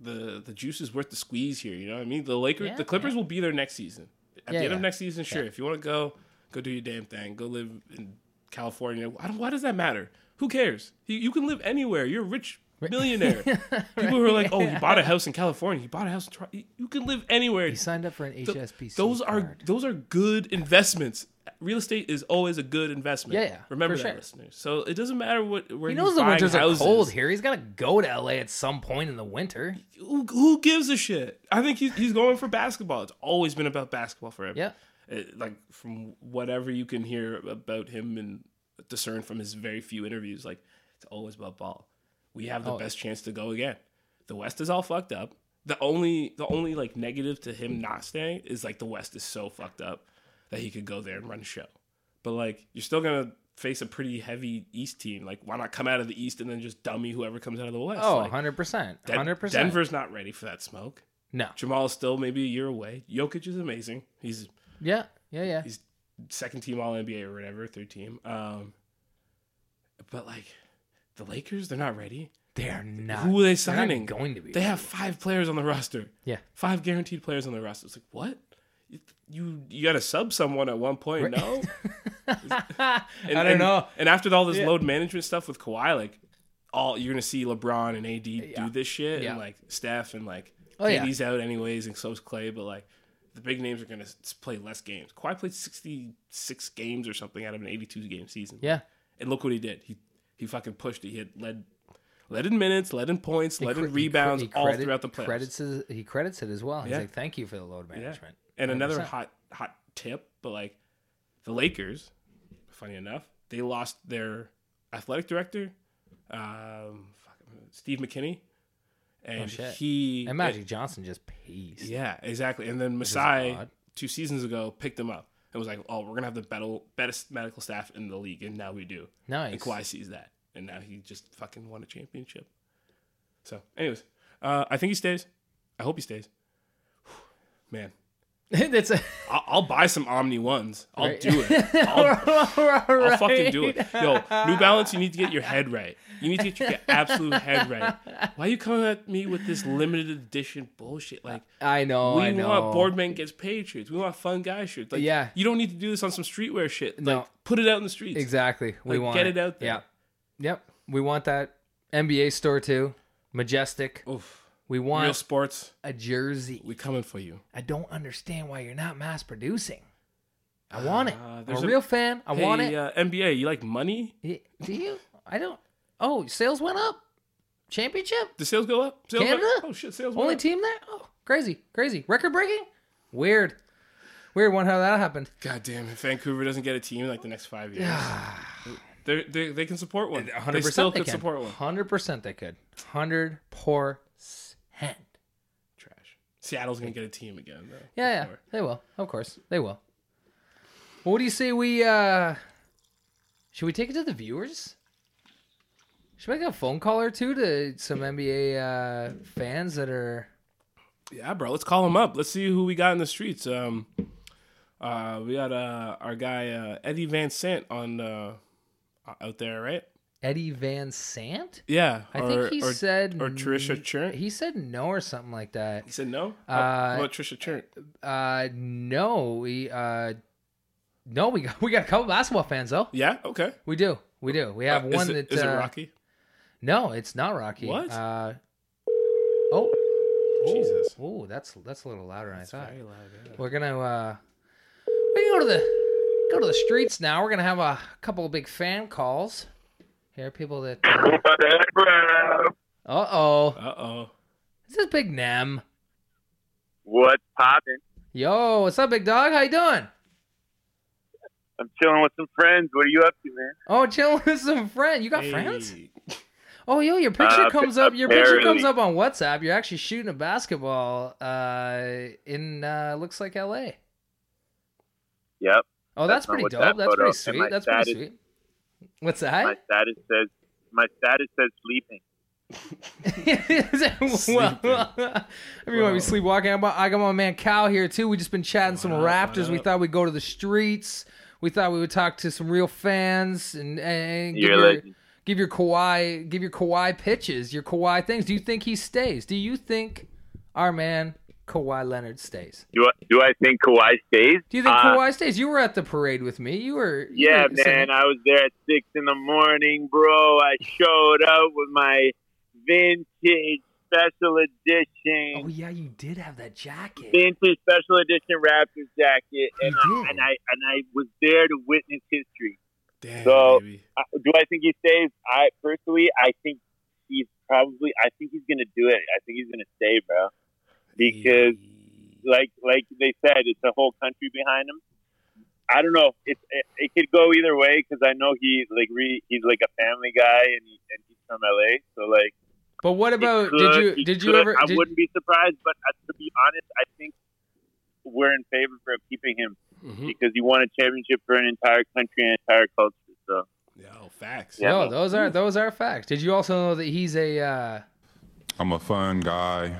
Speaker 2: the the juice is worth the squeeze here. You know what I mean? The Lakers,
Speaker 1: Yeah,
Speaker 2: the Clippers will be there next season. At
Speaker 1: Yeah,
Speaker 2: the end of
Speaker 1: yeah.
Speaker 2: next season, sure. If you want to go, go do your damn thing. Go live in California. I don't, why does that matter? Who cares? You, you can live anywhere. You're a rich millionaire. People who are like, oh, he bought a house in California. He bought a house in Toronto. You- You can live anywhere.
Speaker 1: he signed up for an
Speaker 2: Th-
Speaker 1: HSBC.
Speaker 2: those are
Speaker 1: card.
Speaker 2: those are good investments. Real estate is always a good investment.
Speaker 1: Yeah, yeah,
Speaker 2: Remember
Speaker 1: for
Speaker 2: that,
Speaker 1: sure.
Speaker 2: listeners. So it doesn't matter what where
Speaker 1: He
Speaker 2: he's
Speaker 1: knows the
Speaker 2: buying
Speaker 1: winters are
Speaker 2: houses.
Speaker 1: cold here. He's got to go to LA at some point in the winter.
Speaker 2: Who, who gives a shit? I think he's he's going for basketball. It's always been about basketball for him.
Speaker 1: Yeah.
Speaker 2: It- Uh, like from whatever you can hear about him and discern from his very few interviews, like it's always about ball. We have the best chance to go again. The West is all fucked up. The only the only like negative to him not staying is like the West is so fucked up that he could go there and run a show. But like you're still gonna face a pretty heavy East team. Like why not come out of the East and then just dummy whoever comes out of the West?
Speaker 1: Oh,
Speaker 2: like,
Speaker 1: 100%.
Speaker 2: Den-
Speaker 1: 100%.
Speaker 2: Denver's not ready for that smoke.
Speaker 1: No.
Speaker 2: Jamal is still maybe a year away. Jokic is amazing. He's
Speaker 1: Yeah. Yeah, yeah.
Speaker 2: he's second team All NBA or whatever, third team. Um, but like the Lakers, they're not ready.
Speaker 1: They're not.
Speaker 2: Who are they
Speaker 1: they're not
Speaker 2: signing?
Speaker 1: going to be.
Speaker 2: They have five players on the roster.
Speaker 1: Yeah.
Speaker 2: five guaranteed players on the roster. It's like what? You- You you got to sub someone at one point, no? And,
Speaker 1: I don't
Speaker 2: and-
Speaker 1: know.
Speaker 2: And after all this load management stuff with Kawhi, like all you're gonna see LeBron and AD
Speaker 1: Yeah.
Speaker 2: do this shit,
Speaker 1: Yeah.
Speaker 2: and like Steph and like
Speaker 1: Oh, yeah.
Speaker 2: KD's out anyways, and so's Clay. But like the big names are gonna s- play less games. Kawhi played 66 games or something out of an 82 game season.
Speaker 1: Yeah.
Speaker 2: And look what he did. He he fucking pushed it. He had led led in minutes, led in points, led in rebounds
Speaker 1: He cre-
Speaker 2: all
Speaker 1: credit-
Speaker 2: throughout the playoffs.
Speaker 1: Credits it, he credits it as well. He's
Speaker 2: Yeah.
Speaker 1: like, thank you for the load
Speaker 2: Yeah.
Speaker 1: management.
Speaker 2: And another
Speaker 1: 100%.
Speaker 2: hot hot tip, but like the Lakers, funny enough, they lost their athletic director, um, fuck, Steve McKinney, and
Speaker 1: Oh, shit.
Speaker 2: he
Speaker 1: And Magic Johnson just paced.
Speaker 2: yeah, exactly. And then Masai
Speaker 1: odd.
Speaker 2: two seasons ago picked him up and was like, "Oh, we're gonna have the better, best medical staff in the league," and now we do.
Speaker 1: Nice.
Speaker 2: And Kawhi sees that, and now he just fucking won a championship. So, anyways, Uh, I think he stays. I hope he stays. Man,
Speaker 1: That's a,
Speaker 2: I'll, I'll buy some Omni ones. I'll do it. I'll, I'll fucking do it. Yo, New Balance, you need to get your head right. You need to get your absolute head right. Why you coming at me with this limited edition bullshit? Like,
Speaker 1: I know.
Speaker 2: we
Speaker 1: Oh, I know.
Speaker 2: want Boardman gets paid shirts. We want fun guy shirts. Like,
Speaker 1: Yeah.
Speaker 2: you don't need to do this on some streetwear shit.
Speaker 1: No.
Speaker 2: Like, put it out in the streets.
Speaker 1: Exactly. We
Speaker 2: Like,
Speaker 1: want
Speaker 2: get it out there.
Speaker 1: Yeah. Yep. We want that NBA store too. Majestic.
Speaker 2: Oof.
Speaker 1: We want
Speaker 2: Real sports,
Speaker 1: a jersey.
Speaker 2: we coming for you.
Speaker 1: I don't understand why you're not mass producing. I want it.
Speaker 2: Ah,
Speaker 1: I'm a
Speaker 2: there's a-
Speaker 1: real fan. I want
Speaker 2: Hey,
Speaker 1: it.
Speaker 2: uh, NBA, you like money?
Speaker 1: Y- Do you? I don't. Oh, sales went up. Championship.
Speaker 2: The sales go up? Sales went-
Speaker 1: Canada?
Speaker 2: Oh shit, sales went
Speaker 1: Only
Speaker 2: up.
Speaker 1: team there. Oh, crazy, crazy. Record breaking. Weird. Weird one how that happened.
Speaker 2: God damn, if Vancouver doesn't get a team in like the next five years, they they they can support one.
Speaker 1: 100%
Speaker 2: They still
Speaker 1: they
Speaker 2: could
Speaker 1: can.
Speaker 2: support one.
Speaker 1: 100% they could. 100 poor cent.
Speaker 2: Trash. Seattle's gonna get a team again though.
Speaker 1: Yeah, yeah,
Speaker 2: Before.
Speaker 1: they will. Of course, they will. Well, what do you say we? uh Should we take it to the viewers? Should we make a phone call or two to some NBA uh fans that are?
Speaker 2: Yeah, bro. Let's call him up. Let's see who we got in the streets. Um, uh, we got uh our guy uh, Eddie Van Sant on uh out there, right?
Speaker 1: Eddie Van Sant?
Speaker 2: Yeah.
Speaker 1: I think he
Speaker 2: or,
Speaker 1: said
Speaker 2: or Trisha Churn. He
Speaker 1: He said no or something like that.
Speaker 2: said no. Uh,
Speaker 1: Uh,
Speaker 2: How about Trisha Churn?
Speaker 1: Uh no, we uh no, we got we got a couple basketball fans though.
Speaker 2: Yeah. Okay.
Speaker 1: We do. We do. We have
Speaker 2: Uh,
Speaker 1: one
Speaker 2: is it,
Speaker 1: that
Speaker 2: is it
Speaker 1: uh,
Speaker 2: Rocky?
Speaker 1: No, it's not Rocky.
Speaker 2: What?
Speaker 1: Uh, oh.
Speaker 2: Jesus.
Speaker 1: Oh, that's that's a little louder than I thought.
Speaker 2: Very loud, yeah.
Speaker 1: We're gonna uh, we can go to the go to the streets now. We're gonna have a couple of big fan calls. Here, are people that. Uh oh,
Speaker 2: Uh oh.
Speaker 1: this is Big Nem.
Speaker 4: What's poppin'?
Speaker 1: Yo, what's up, big dog? How you doing?
Speaker 4: I'm chilling with some friends. What are you up to, man?
Speaker 1: Oh, chilling with some friends. You got friends? Oh, yo, your picture
Speaker 4: Uh,
Speaker 1: comes up. Your picture
Speaker 4: apparently.
Speaker 1: comes up on WhatsApp. You're actually shooting a basketball uh, in uh, looks like L.A.
Speaker 4: Yep.
Speaker 1: Oh, that's,
Speaker 4: That's not
Speaker 1: pretty
Speaker 4: what
Speaker 1: dope.
Speaker 4: that
Speaker 1: that's
Speaker 4: photo-
Speaker 1: pretty
Speaker 4: and
Speaker 1: sweet.
Speaker 4: my
Speaker 1: That's pretty
Speaker 4: status-
Speaker 1: sweet. What's
Speaker 4: My
Speaker 1: that?
Speaker 4: status says my status says sleeping.
Speaker 1: well, everyone be sleepwalking. I'm- I got my man Cal here too. We just been chatting some
Speaker 2: What up, what
Speaker 1: Raptors. We
Speaker 2: up?
Speaker 1: thought we'd go to the streets. We thought we would talk to some real fans and, and give,
Speaker 4: You're a
Speaker 1: your,
Speaker 4: legend.
Speaker 1: give your Kawhi give your Kawhi pitches, your Kawhi things. Do you think he stays? Do you think our man Kawhi Leonard stays?
Speaker 4: Do I, do I think Kawhi stays?
Speaker 1: Do you think
Speaker 4: Uh,
Speaker 1: Kawhi stays? You were at the parade with me. You were you
Speaker 4: Yeah,
Speaker 1: were saying-
Speaker 4: man. I was there at six in the morning, bro. I showed up with my vintage special edition.
Speaker 1: Oh yeah, you did have that jacket.
Speaker 4: Vintage special edition Raptors jacket, and
Speaker 1: You
Speaker 4: I,
Speaker 1: did.
Speaker 4: and I and I was there to witness history.
Speaker 2: Damn,
Speaker 4: So-
Speaker 2: baby.
Speaker 4: I- do I think he stays? I personally, I think he's probably. I think he's gonna do it. I think he's gonna stay, bro. Because, like, like they said, it's a whole country behind him. I don't know. It it, it could go either way because I know he like re, he's like a family guy and, he, and he's from LA. So like,
Speaker 1: But what
Speaker 4: it
Speaker 1: about
Speaker 4: could-
Speaker 1: did you
Speaker 4: it
Speaker 1: did you
Speaker 4: could.
Speaker 1: ever
Speaker 4: I
Speaker 1: did,
Speaker 4: wouldn't be surprised, but uh, to be honest, I think we're in favor for keeping him
Speaker 1: Mm-hmm.
Speaker 2: Mhm.
Speaker 4: because he won a championship for an entire country and entire culture. So
Speaker 2: Yo, oh, facts.
Speaker 4: Yeah.
Speaker 1: No,
Speaker 4: man.
Speaker 1: oh, those are those are facts. Did you also know that he's a? Uh,
Speaker 3: I'm a fun guy.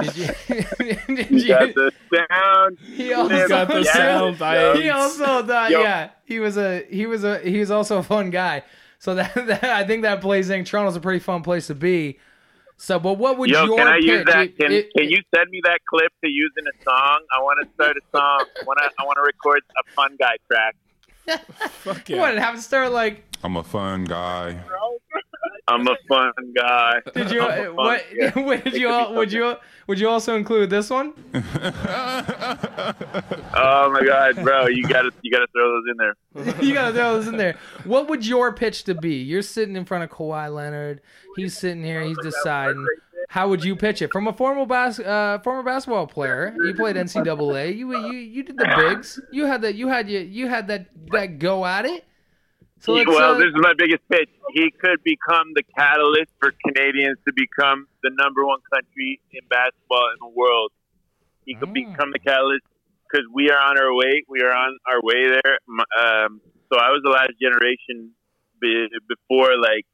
Speaker 1: did you? did
Speaker 4: you
Speaker 1: you
Speaker 4: got the sound.
Speaker 1: he also
Speaker 2: He's got the
Speaker 1: yeah.
Speaker 2: sound
Speaker 1: Oh, He
Speaker 2: bites.
Speaker 1: also thought,
Speaker 4: Yo.
Speaker 1: yeah, he was a he was a he was also a fun guy. So that, that I think that plays in. Toronto's a pretty fun place to be. So, but what would
Speaker 4: Yo,
Speaker 1: your
Speaker 4: can I
Speaker 1: pick?
Speaker 4: use
Speaker 1: It-
Speaker 4: that? Can,
Speaker 1: it-
Speaker 4: can you send me that clip to use in a song? I want to start a song. I want to I want to record a fun guy track.
Speaker 2: Fuck
Speaker 1: What
Speaker 2: yeah.
Speaker 1: and have to start like?
Speaker 3: I'm a fun guy.
Speaker 4: I'm a fun guy.
Speaker 1: Did you?
Speaker 4: I'm a fun-
Speaker 1: what?
Speaker 4: yeah.
Speaker 1: would
Speaker 4: could
Speaker 1: you?
Speaker 4: be
Speaker 1: al- Would
Speaker 4: something.
Speaker 1: you? Would you also include this one?
Speaker 4: Oh my god, bro! You gotta you gotta throw those in there.
Speaker 1: you gotta throw this in there. What would your pitch to be? You're sitting in front of Kawhi Leonard. He's sitting here. He's deciding. How would you pitch it? From a formal bas- uh, former basketball player, you played NCAA. You you you did the bigs. You had that. You had your, You had that that go at it. So let's,
Speaker 4: well,
Speaker 1: uh,
Speaker 4: this is my biggest pitch. He could become the catalyst for Canadians to become the number one country in basketball in the world. He could
Speaker 1: Mm.
Speaker 4: become the catalyst because we are on our way. We are on our way there. M- Um, so I was the last generation be- before like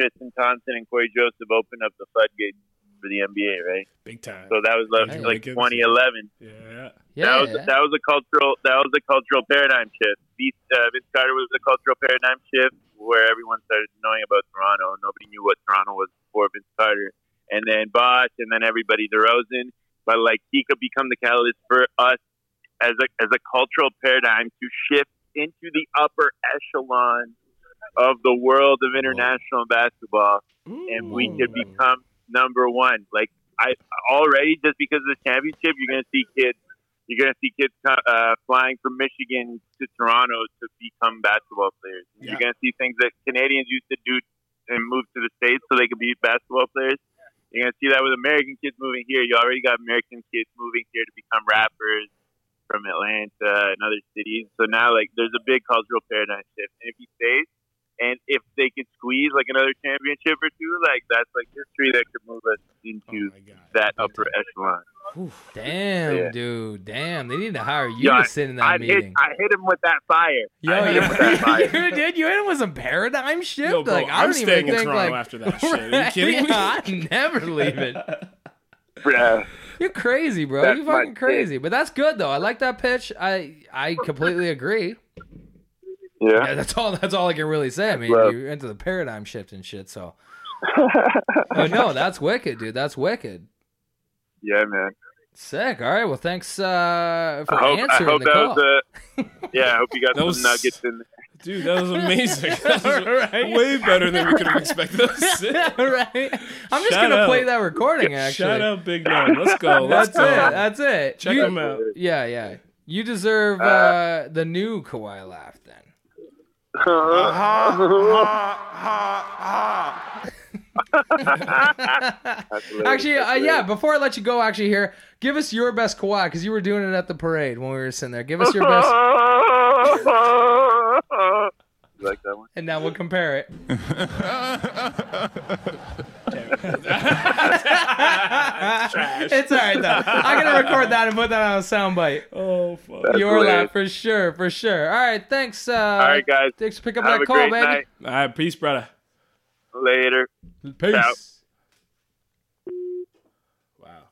Speaker 4: Tristan Thompson and Corey Joseph opened up the floodgates for the NBA, right?
Speaker 2: Big time.
Speaker 4: So that was like,
Speaker 2: Hey.
Speaker 4: like
Speaker 2: Gibbs.
Speaker 4: 2011.
Speaker 2: yeah.
Speaker 1: Yeah.
Speaker 4: That was that was a cultural that was a cultural paradigm shift. These, uh, Vince Carter was a cultural paradigm shift where everyone started knowing about Toronto. Nobody knew what Toronto was before Vince Carter, and then Bosch, and then everybody DeRozan. But like he could become the catalyst for us as a as a cultural paradigm to shift into the upper echelon of the world of international basketball and we could become number one. Like I already, just because of the championship, you're gonna see kids. You're gonna see kids co- uh, flying from Michigan to Toronto to become basketball players.
Speaker 2: Yeah.
Speaker 4: You're gonna see things that Canadians used to do and move to the states so they could be basketball players. You're gonna see that with American kids moving here. You already got American kids moving here to become rappers from Atlanta and other cities. So now, like, there's a big cultural paradigm shift, and if he stays. And if they could squeeze like another championship or two, like that's like history that could move us into
Speaker 2: Oh my God.
Speaker 4: that upper echelon.
Speaker 1: Oof, damn,
Speaker 4: Yeah.
Speaker 1: dude. Damn. They need to hire you to
Speaker 4: Yeah,
Speaker 1: sit in that
Speaker 4: I hit,
Speaker 1: meeting.
Speaker 4: I hit him with that fire. I hit him with that
Speaker 1: you,
Speaker 4: fire.
Speaker 1: you did. You hit with some paradigm shift.
Speaker 2: Yo, bro,
Speaker 1: like I
Speaker 2: I'm
Speaker 1: don't
Speaker 2: staying
Speaker 1: even
Speaker 2: in
Speaker 1: think
Speaker 2: Toronto
Speaker 1: like
Speaker 2: after that shit. Are you kidding me?
Speaker 1: Yeah, I never leave it.
Speaker 4: Bruh.
Speaker 1: You're crazy, bro.
Speaker 4: That's
Speaker 1: You're
Speaker 4: my
Speaker 1: fucking crazy. But that's good though. I like that pitch. I I completely agree.
Speaker 4: Yeah.
Speaker 1: Yeah, that's all. That's all I can really say. I mean,
Speaker 4: Love.
Speaker 1: you're into the paradigm shift and shit. So, but no, that's wicked, dude. That's wicked.
Speaker 4: Yeah, man.
Speaker 1: Sick. All right. Well, thanks uh, for
Speaker 4: I hope, I
Speaker 1: answering
Speaker 4: hope
Speaker 1: the
Speaker 4: that
Speaker 1: call.
Speaker 4: was a. Yeah, I hope you got
Speaker 2: That
Speaker 4: some
Speaker 2: was-
Speaker 4: nuggets in there.
Speaker 2: Dude, that was amazing. That was way better than we could have expected. That was sick.
Speaker 1: right. I'm just
Speaker 2: Shout
Speaker 1: gonna
Speaker 2: out.
Speaker 1: play that recording. Actually,
Speaker 2: Shout out Big Nine. Let's go. Let's
Speaker 1: That's it.
Speaker 2: go.
Speaker 1: That's it.
Speaker 2: Check
Speaker 1: You-
Speaker 2: them out.
Speaker 1: Yeah, yeah. You deserve uh, the new Kawhi laugh then. uh-huh.
Speaker 4: That's hilarious.
Speaker 1: Actually, uh, yeah. Before I let you go, actually, here, give us your best Kawhi because you were doing it at the parade when we were sitting there. Give us your best,
Speaker 4: You like that one?
Speaker 1: and now we'll compare it. It's all right though. I'm gonna record that and put that on a soundbite.
Speaker 2: Oh fuck.
Speaker 4: That's
Speaker 1: Your
Speaker 4: hilarious.
Speaker 1: laugh for sure, for sure. All right, thanks. Uh,
Speaker 4: All right, guys.
Speaker 1: Thanks for picking up
Speaker 4: Have
Speaker 1: that
Speaker 4: a
Speaker 1: call,
Speaker 4: great
Speaker 1: baby.
Speaker 4: night.
Speaker 2: All right, peace, brother.
Speaker 4: Later.
Speaker 2: Peace.
Speaker 4: Out.
Speaker 2: Wow,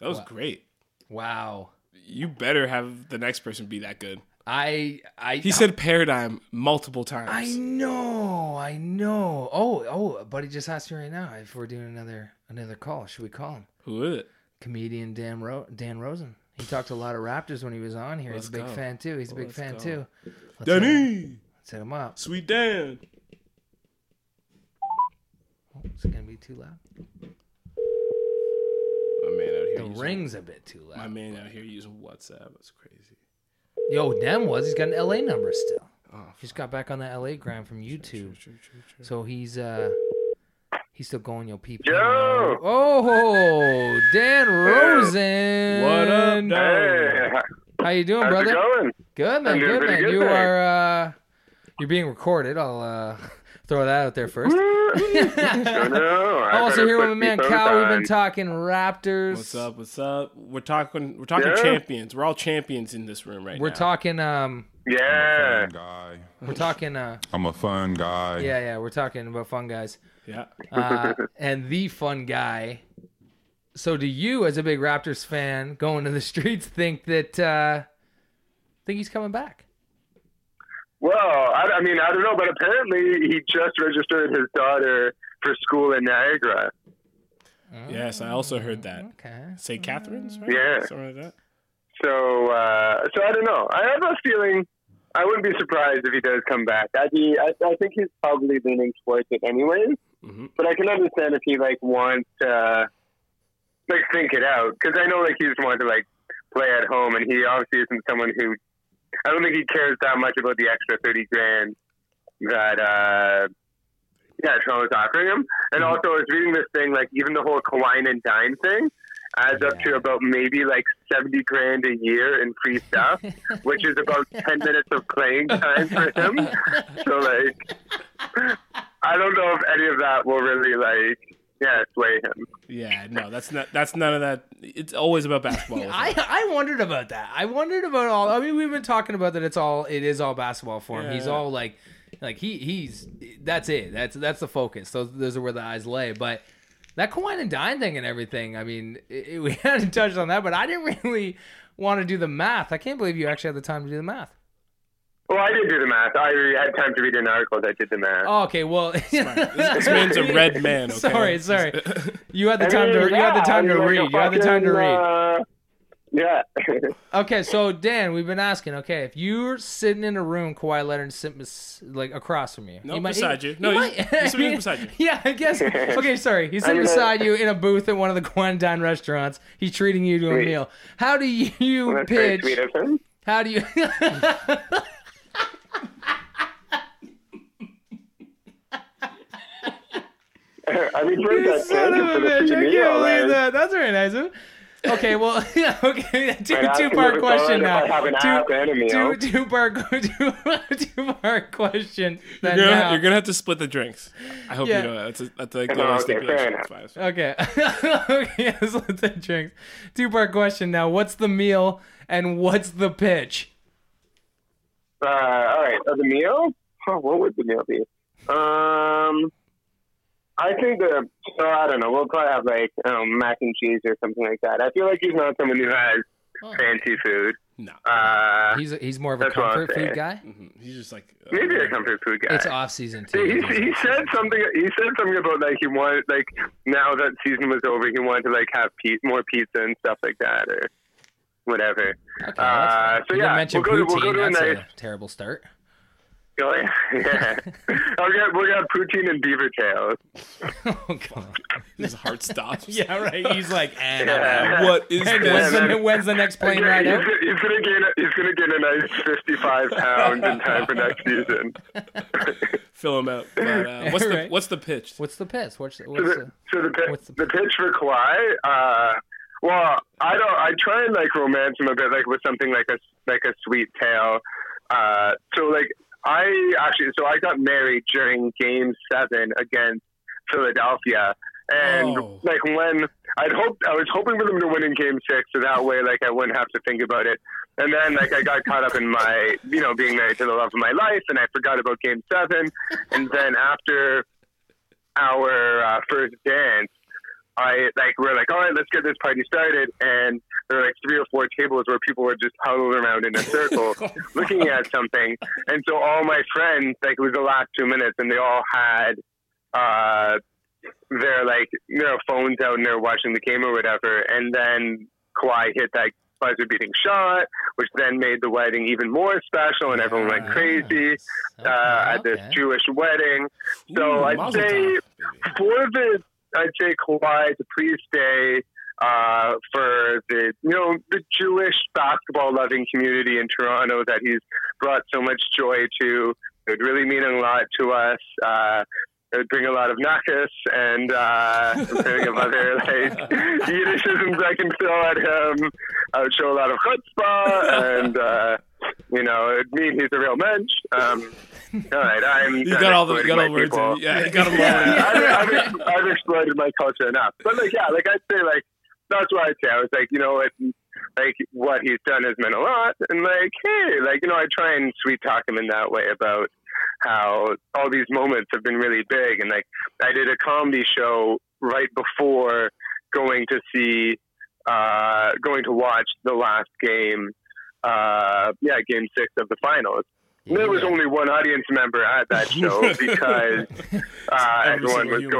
Speaker 2: that was great.
Speaker 1: Wow.
Speaker 2: You better have the next person be that good.
Speaker 1: I I
Speaker 2: He said paradigm multiple times.
Speaker 1: I know, I know. Oh, oh, buddy just asked me right now if we're doing another another call. Should we call him?
Speaker 2: Who is it?
Speaker 1: Comedian Dan Ro- Dan Rosen. He talked to a lot of Raptors when he was on here. He's a
Speaker 2: Let's
Speaker 1: big
Speaker 2: go.
Speaker 1: fan too. He's a big
Speaker 2: Let's
Speaker 1: fan
Speaker 2: go.
Speaker 1: too. Let's hit him-
Speaker 2: Danny,
Speaker 1: Let's hit him up.
Speaker 2: sweet Dan.
Speaker 1: Oh, is it gonna be too loud?
Speaker 2: My man out here.
Speaker 1: The
Speaker 2: using-
Speaker 1: ring's a bit too
Speaker 2: My
Speaker 1: loud.
Speaker 2: man out here using WhatsApp. That's crazy.
Speaker 1: Yo, Dan was. He's got an LA number still.
Speaker 2: Oh,
Speaker 1: He just got back on that LA grind from YouTube.
Speaker 2: true, true, true.
Speaker 1: So he's uh he's still going yo people.
Speaker 4: Yo!
Speaker 1: Oh, Dan Rosen.
Speaker 2: What up, Dan?
Speaker 4: Hey,
Speaker 1: How you doing,
Speaker 4: how's
Speaker 1: brother?
Speaker 4: it going?
Speaker 1: Good man,
Speaker 4: I'm doing
Speaker 1: good
Speaker 4: pretty
Speaker 1: man.
Speaker 4: good,
Speaker 1: you
Speaker 4: thanks.
Speaker 1: are uh you're being recorded. I'll uh throw that out there first.
Speaker 4: Oh, no, I
Speaker 1: also
Speaker 4: better
Speaker 1: here with
Speaker 4: put
Speaker 1: my man
Speaker 4: these
Speaker 1: Kyle. We've
Speaker 4: on.
Speaker 1: been talking Raptors.
Speaker 2: What's up? What's up? We're talking. We're talking
Speaker 4: Yeah.
Speaker 2: champions. We're all champions in this room right
Speaker 1: We're
Speaker 2: now.
Speaker 1: talking um
Speaker 4: Yeah.
Speaker 3: Fun guy.
Speaker 1: we're talking uh
Speaker 3: I'm a fun guy.
Speaker 1: yeah, yeah, we're talking about fun guys.
Speaker 2: Yeah.
Speaker 1: Uh, and the fun guy. So, do you, as a big Raptors fan, going to the streets, think that uh, think he's coming back?
Speaker 5: Well, I, I mean, I don't know, but apparently he just registered his daughter for school in Niagara.
Speaker 2: Yes, I also heard that.
Speaker 1: Okay.
Speaker 2: Say Catherine's, right?
Speaker 5: Yeah.
Speaker 2: Something like that.
Speaker 5: So, uh, so I don't know. I have a feeling I wouldn't be surprised if he does come back. I'd be, I, I think he's probably leaning towards it anyways.
Speaker 2: Mhm.
Speaker 5: But I can understand if he like wants uh, like think it out because I know like he just wanted to like play at home, and he obviously isn't someone who I don't think he cares that much about the extra thirty grand that uh, yeah Toronto's offering him. And also, I was reading this thing like even the whole Kawhi and Dine thing adds up to about maybe like seventy grand a year in free stuff, which is about ten minutes of playing time for him. So like. I don't know if any of that will really like yeah sway him.
Speaker 2: Yeah. No, that's not. That's none of that. It's always about basketball. with
Speaker 1: I
Speaker 2: him.
Speaker 1: I wondered about that. I wondered about all. I mean, we've been talking about that. It's all. It is all basketball for him. He's
Speaker 2: Yeah.
Speaker 1: all like, Like he he's that's it. That's that's the focus. Those those are where the eyes lay. But that Kawhi and Dine thing and everything. I mean, it, it- we hadn't touched on that, but I didn't really want to do the math. I can't believe you actually had the time to do the math.
Speaker 4: Well, I didn't do the math. I had time to read an article that did the math.
Speaker 1: Oh, okay, well,
Speaker 2: This man's a red man. Okay?
Speaker 1: Sorry, sorry. You had the
Speaker 4: I
Speaker 1: time to
Speaker 4: mean,
Speaker 1: you had the
Speaker 4: yeah,
Speaker 1: time
Speaker 4: I
Speaker 1: to
Speaker 4: mean, like a
Speaker 1: read. You had the time to
Speaker 4: fucking,
Speaker 1: read.
Speaker 4: uh, yeah.
Speaker 1: Okay, so Dan, we've been asking. Okay, if you're sitting in a room, Kawhi Leonard sitting bes- like across from you,
Speaker 2: No,
Speaker 1: he
Speaker 2: beside
Speaker 1: he-
Speaker 2: you. No,
Speaker 1: he
Speaker 2: he's-
Speaker 1: might-
Speaker 2: he's sitting beside you.
Speaker 1: Yeah, I guess. Okay, sorry, he's
Speaker 4: I
Speaker 1: sitting
Speaker 4: mean, uh,
Speaker 1: beside you in a booth at one of the Guandine restaurants. He's treating you to a
Speaker 4: Sweet.
Speaker 1: meal. How do you
Speaker 4: That's very sweet
Speaker 1: pitch?
Speaker 4: of him.
Speaker 1: How do you?
Speaker 4: I mean, for
Speaker 1: you
Speaker 4: that
Speaker 1: son of a
Speaker 4: for the
Speaker 1: bitch! I
Speaker 4: free
Speaker 1: can't
Speaker 4: meal,
Speaker 1: believe
Speaker 4: man.
Speaker 1: that. That's very nice of him. Okay, well, yeah, okay, two
Speaker 4: Right, I
Speaker 1: two
Speaker 4: can
Speaker 1: part
Speaker 4: never go in
Speaker 1: question
Speaker 4: if
Speaker 1: now.
Speaker 4: I have an
Speaker 1: two,
Speaker 4: app and a meal.
Speaker 1: two two part two, two part question. Then
Speaker 2: You're
Speaker 1: now.
Speaker 2: gonna, you're gonna have to split the drinks. I hope
Speaker 1: Yeah.
Speaker 2: you know that. That's, a, that's like the
Speaker 4: No,
Speaker 2: only
Speaker 4: okay, fair
Speaker 2: stipulation.
Speaker 4: enough.
Speaker 2: It's fine, it's fine.
Speaker 1: Okay. okay, let's let the drinks. Two part question now. What's the meal and what's the pitch?
Speaker 4: Uh, all right, uh, the meal. Huh, what would the meal be? Um, I think the. So I don't know. We'll probably have like um, mac and cheese or something like that. I feel like he's not someone who has fancy food.
Speaker 2: No,
Speaker 4: Uh,
Speaker 1: He's a, he's more of a
Speaker 4: That's what I'm
Speaker 1: comfort food
Speaker 4: saying.
Speaker 1: guy.
Speaker 2: Mhm. he's just like uh,
Speaker 4: maybe a comfort food guy.
Speaker 1: It's off season
Speaker 4: He,
Speaker 1: too.
Speaker 4: he said something. He said something about like he wanted like now that season was over, he wanted to like have pe- more pizza and stuff like that or whatever.
Speaker 1: Okay, that's fine.
Speaker 4: Uh, so
Speaker 1: you
Speaker 4: yeah,
Speaker 1: didn't mention
Speaker 4: we'll go to-
Speaker 1: poutine.
Speaker 4: we'll go to a
Speaker 1: that's a
Speaker 4: nice-
Speaker 1: terrible start.
Speaker 4: Oh, yeah, yeah. Oh, I'll get we'll get poutine and beaver tails.
Speaker 1: oh god.
Speaker 2: his heart stops.
Speaker 1: Yeah, right. He's like, eh,
Speaker 4: Yeah.
Speaker 2: What is
Speaker 1: when's,
Speaker 2: this?
Speaker 4: Yeah,
Speaker 1: the,
Speaker 4: man.
Speaker 1: when's the next plane
Speaker 4: Yeah,
Speaker 1: ride
Speaker 4: he's,
Speaker 1: out?
Speaker 4: he's gonna gain. A, he's gonna gain a nice fifty-five pounds in time for next season.
Speaker 2: Fill him out. Fill it out. What's the
Speaker 1: Right.
Speaker 2: what's the pitch?
Speaker 1: What's the piss? What's,
Speaker 4: So
Speaker 1: what's
Speaker 4: the,
Speaker 1: the...
Speaker 4: so the, pi-
Speaker 1: what's the-
Speaker 4: the pitch for Kawhi, uh, well, I don't. I try and like romance him a bit, like with something like a like a sweet tale. Uh, so like I actually, so I got married during Game Seven against Philadelphia, and
Speaker 2: Oh.
Speaker 4: like when I'd hoped, I was hoping for them to win in Game Six, so that way like I wouldn't have to think about it. And then like I got caught up in my, you know, being married to the love of my life, and I forgot about Game Seven. And then after our uh, first dance, I like we're like, all right, let's get this party started, and there were like three or four tables where people were just huddled around in a circle looking at something, and so all my friends like it was the last two minutes, and they all had uh, their like their phones out and they're watching the game or whatever, and then Kawhi hit that buzzer-beating shot, which then made the wedding even more special, and everyone went
Speaker 1: Ah,
Speaker 4: crazy
Speaker 1: okay,
Speaker 4: uh, at this
Speaker 1: Ah, okay.
Speaker 4: Jewish wedding. So
Speaker 2: Ooh,
Speaker 4: I'd
Speaker 2: Mazel
Speaker 4: say
Speaker 2: tov, baby.
Speaker 4: for the I'd say Kawhi to please stay uh, for the you know the Jewish basketball loving community in Toronto that he's brought so much joy to. It would really mean a lot to us. Uh, it would bring a lot of nakas and uh, I'm thinking of other like Yiddishisms I can throw at him. I would show a lot of chutzpah and. Uh, you know, it'd mean he's a real mensch. Um, all right, I'm.
Speaker 2: You got all the you got all the words. In. Yeah, you got them all. in.
Speaker 4: I've, I've, I've exploited my culture enough. But like, yeah, like I'd say, like that's what I'd say. I was like, you know what, like what he's done has meant a lot, and like, hey, like you know, I try and sweet talk him in that way about how all these moments have been really big, and like I did a comedy show right before going to see, uh, going to watch the last game. Uh, yeah, game six of the finals. There was
Speaker 1: Yeah.
Speaker 4: only one audience member at that show because uh,
Speaker 2: Every
Speaker 4: everyone
Speaker 2: single
Speaker 4: was
Speaker 2: human.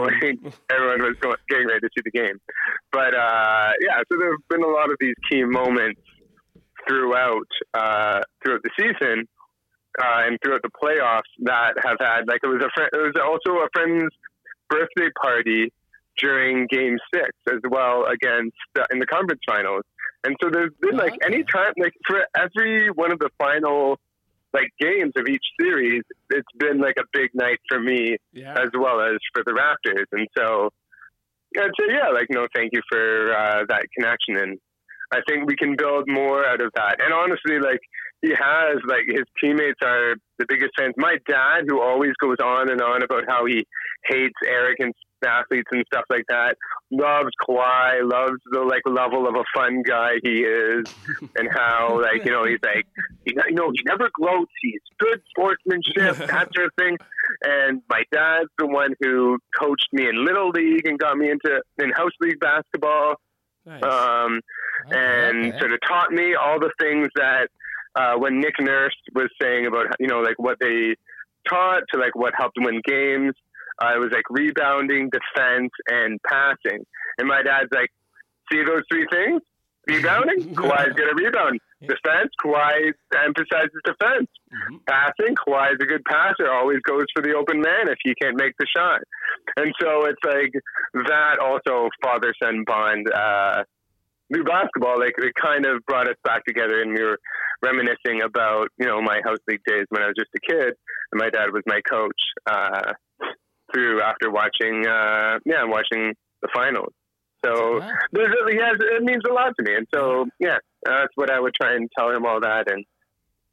Speaker 4: going, everyone was going, getting ready to see the game. But uh, yeah, so there have been a lot of these key moments throughout uh, throughout the season uh, and throughout the playoffs that have had like it was a friend, it was also a friend's birthday party during Game Six as well against uh, in the conference finals. And so there's been like
Speaker 1: Okay.
Speaker 4: any time like for every one of the final like games of each series, it's been like a big night for me
Speaker 2: Yeah.
Speaker 4: as well as for the Raptors. And so I'd say yeah, like no thank you for uh, that connection and I think we can build more out of that. And honestly, like he has like his teammates are the biggest fans. My dad, who always goes on and on about how he hates arrogant athletes and stuff like that. Loves Kawhi, loves the like level of a fun guy he is, and how like you know he's like you know- you know he never gloats. He's good sportsmanship, that sort of thing. And my dad's the one who coached me in little league and got me into in house league basketball.
Speaker 2: Nice.
Speaker 4: Um, and
Speaker 1: Okay.
Speaker 4: sort of taught me all the things that uh, when Nick Nurse was saying about you know like what they taught to like what helped win games. Uh, it was like rebounding, defense, and passing. And my dad's like, see those three things? Rebounding, Kawhi's gonna rebound. Defense, Kawhi emphasizes defense.
Speaker 2: Mhm.
Speaker 4: Passing, Kawhi's a good passer. Always goes for the open man if he can't make the shot. And so it's like that also father son bond uh, through basketball. Like it kind of brought us back together, and we were reminiscing about you know my house league days when I was just a kid, and my dad was my coach uh, through after watching uh, yeah watching the finals. So
Speaker 1: Wow.
Speaker 4: there's, yeah, it means a lot to me, and so yeah, that's what I would try and tell him all that, and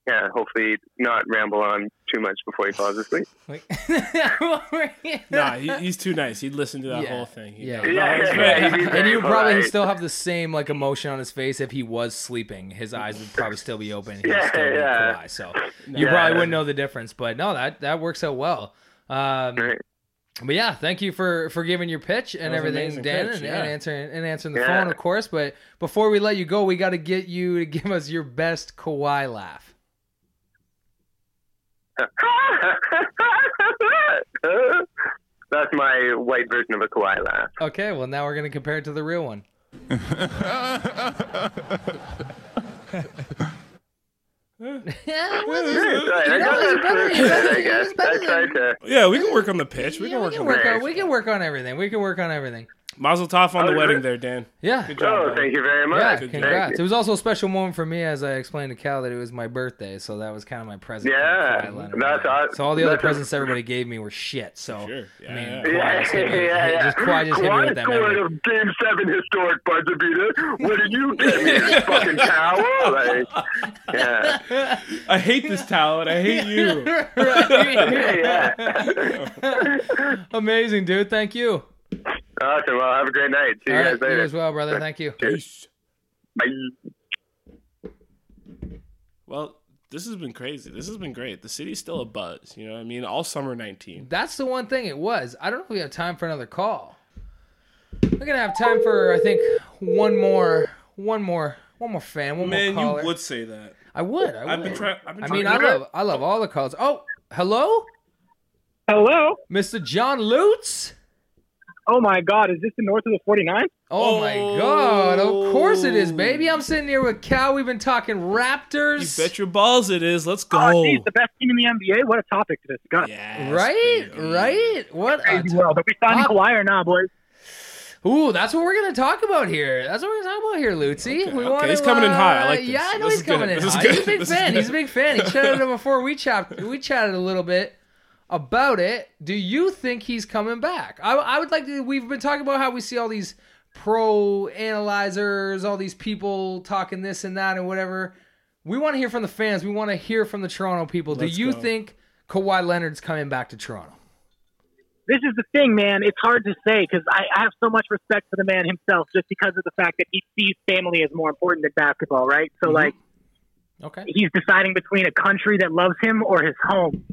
Speaker 4: yeah, hopefully not ramble on too much before he falls asleep.
Speaker 1: Like,
Speaker 2: nah, he, he's too nice. He'd listen to that
Speaker 1: Yeah.
Speaker 2: whole thing. you
Speaker 1: Yeah.
Speaker 2: know.
Speaker 4: Yeah,
Speaker 2: No, it's
Speaker 4: yeah,
Speaker 2: great.
Speaker 4: yeah, he'd be
Speaker 1: and
Speaker 4: very
Speaker 1: you would probably
Speaker 4: polite.
Speaker 1: still have the same like emotion on his face if he was sleeping. His eyes would probably still be open. He'd
Speaker 4: Yeah,
Speaker 1: still be
Speaker 4: yeah.
Speaker 1: Kawhi, so you
Speaker 4: Yeah.
Speaker 1: probably wouldn't know the difference. But no, that that works out well. Um,
Speaker 4: Right.
Speaker 1: But yeah, thank you for for giving your pitch and
Speaker 2: was
Speaker 1: everything,
Speaker 2: amazing
Speaker 1: Dan,
Speaker 2: pitch,
Speaker 1: and,
Speaker 2: yeah.
Speaker 1: and answering and answering the
Speaker 4: Yeah.
Speaker 1: phone, of course. But before we let you go, we got to get you to give us your best Kawhi laugh.
Speaker 4: That's my white version of a Kawhi laugh.
Speaker 1: Okay, well now we're gonna compare it to the real one. Yeah, well, this is-
Speaker 4: That's right. I got
Speaker 1: it's
Speaker 4: that
Speaker 1: better-
Speaker 4: first
Speaker 1: it's
Speaker 4: bit, I
Speaker 1: better-
Speaker 4: guess. uh,
Speaker 1: it's better
Speaker 4: I tried to.
Speaker 2: Yeah, we can work on the pitch. We
Speaker 1: yeah,
Speaker 2: can
Speaker 1: we
Speaker 2: work
Speaker 1: can
Speaker 2: on
Speaker 1: work
Speaker 4: that.
Speaker 1: on we can work on everything. We can work on everything.
Speaker 2: Mazel tov on
Speaker 4: Oh,
Speaker 2: the
Speaker 4: is
Speaker 2: wedding
Speaker 4: it?
Speaker 2: there, Dan.
Speaker 1: Yeah.
Speaker 2: Good job.
Speaker 4: Oh,
Speaker 2: buddy.
Speaker 4: thank you very much.
Speaker 1: Yeah,
Speaker 2: good job.
Speaker 1: congrats.
Speaker 4: Thank
Speaker 1: It
Speaker 4: you.
Speaker 1: was also a special moment for me as I explained to Cal that it was my birthday, so that was kind of my present. to
Speaker 4: Yeah,
Speaker 1: Kawhi Leonard.
Speaker 4: that's awesome.
Speaker 1: So all the other
Speaker 4: That's a-
Speaker 1: presents everybody gave me were shit. So
Speaker 2: Sure. Yeah,
Speaker 1: I mean,
Speaker 2: yeah.
Speaker 1: Kawhi
Speaker 4: Yeah,
Speaker 1: just hit me-
Speaker 4: yeah, yeah.
Speaker 1: just- Kawhi just hit me
Speaker 4: Kawhi
Speaker 1: with that
Speaker 4: scored
Speaker 1: memory.
Speaker 4: a game seven historic buzzer beater. What did you get me, you fucking towel? Like, yeah,
Speaker 2: I hate this towel and I hate you.
Speaker 1: Right.
Speaker 4: yeah.
Speaker 1: Amazing, dude. Thank you.
Speaker 4: Awesome. Well, have a great night. See you
Speaker 1: All
Speaker 4: guys
Speaker 1: right, you as
Speaker 4: later.
Speaker 1: well, brother. Thank you.
Speaker 2: Peace.
Speaker 4: Bye.
Speaker 2: Well, this has been crazy. This has been great. The city's still a buzz. You know what I mean? All summer 19.
Speaker 1: That's the one thing it was. I don't know if we have time for another call. We're gonna have time for I think one more, one more, one more fan, one
Speaker 2: Man,
Speaker 1: more caller.
Speaker 2: you would say that.
Speaker 1: I would. I would.
Speaker 2: I've been trying. I've been
Speaker 1: I
Speaker 2: trying.
Speaker 1: mean, I love, I love all the calls. Oh, hello,
Speaker 6: Hello.
Speaker 1: Mr. John Lutz.
Speaker 6: Oh my God, is this the north of the 49?
Speaker 1: Oh, my
Speaker 2: Oh.
Speaker 1: God! Of course it is, baby. I'm sitting here with Cal. We've been talking
Speaker 2: You
Speaker 1: Raptors.
Speaker 2: bet your balls it is. Let's go.
Speaker 6: Oh, geez, the best team in the NBA. What a topic to discuss.
Speaker 2: Yes,
Speaker 1: right,
Speaker 2: baby.
Speaker 1: right. What? A
Speaker 6: Crazy world. Are we signing
Speaker 1: Top-
Speaker 6: Kawhi or not, boys?
Speaker 1: Ooh, that's what we're gonna talk about here. That's what we're gonna talk about here, Lutzi.
Speaker 2: Okay,
Speaker 1: we
Speaker 2: okay,
Speaker 1: wanna,
Speaker 2: he's coming in high. I like this.
Speaker 1: Yeah, I know
Speaker 2: This
Speaker 1: he's
Speaker 2: is good.
Speaker 1: coming in
Speaker 2: This is
Speaker 1: high.
Speaker 2: good.
Speaker 1: He's a big
Speaker 2: This is
Speaker 1: fan.
Speaker 2: good.
Speaker 1: He's a big fan. He chatted him before we chopped. We chatted a little bit about it. Do you think he's coming back? I, I would like to. We've been talking about how we see all these pro analyzers, all these people talking this and that and whatever. We want to hear from the fans. We want to hear from the Toronto people.
Speaker 2: Let's
Speaker 1: Do you
Speaker 2: go.
Speaker 1: think Kawhi Leonard's coming back to Toronto?
Speaker 6: This is the thing, man. It's hard to say because I, I have so much respect for the man himself just because of the fact that he sees family as more important than basketball, right? So,
Speaker 1: Mhm.
Speaker 2: Mm-hmm.
Speaker 6: like,
Speaker 1: Okay.
Speaker 6: he's deciding between a country that loves him or his home.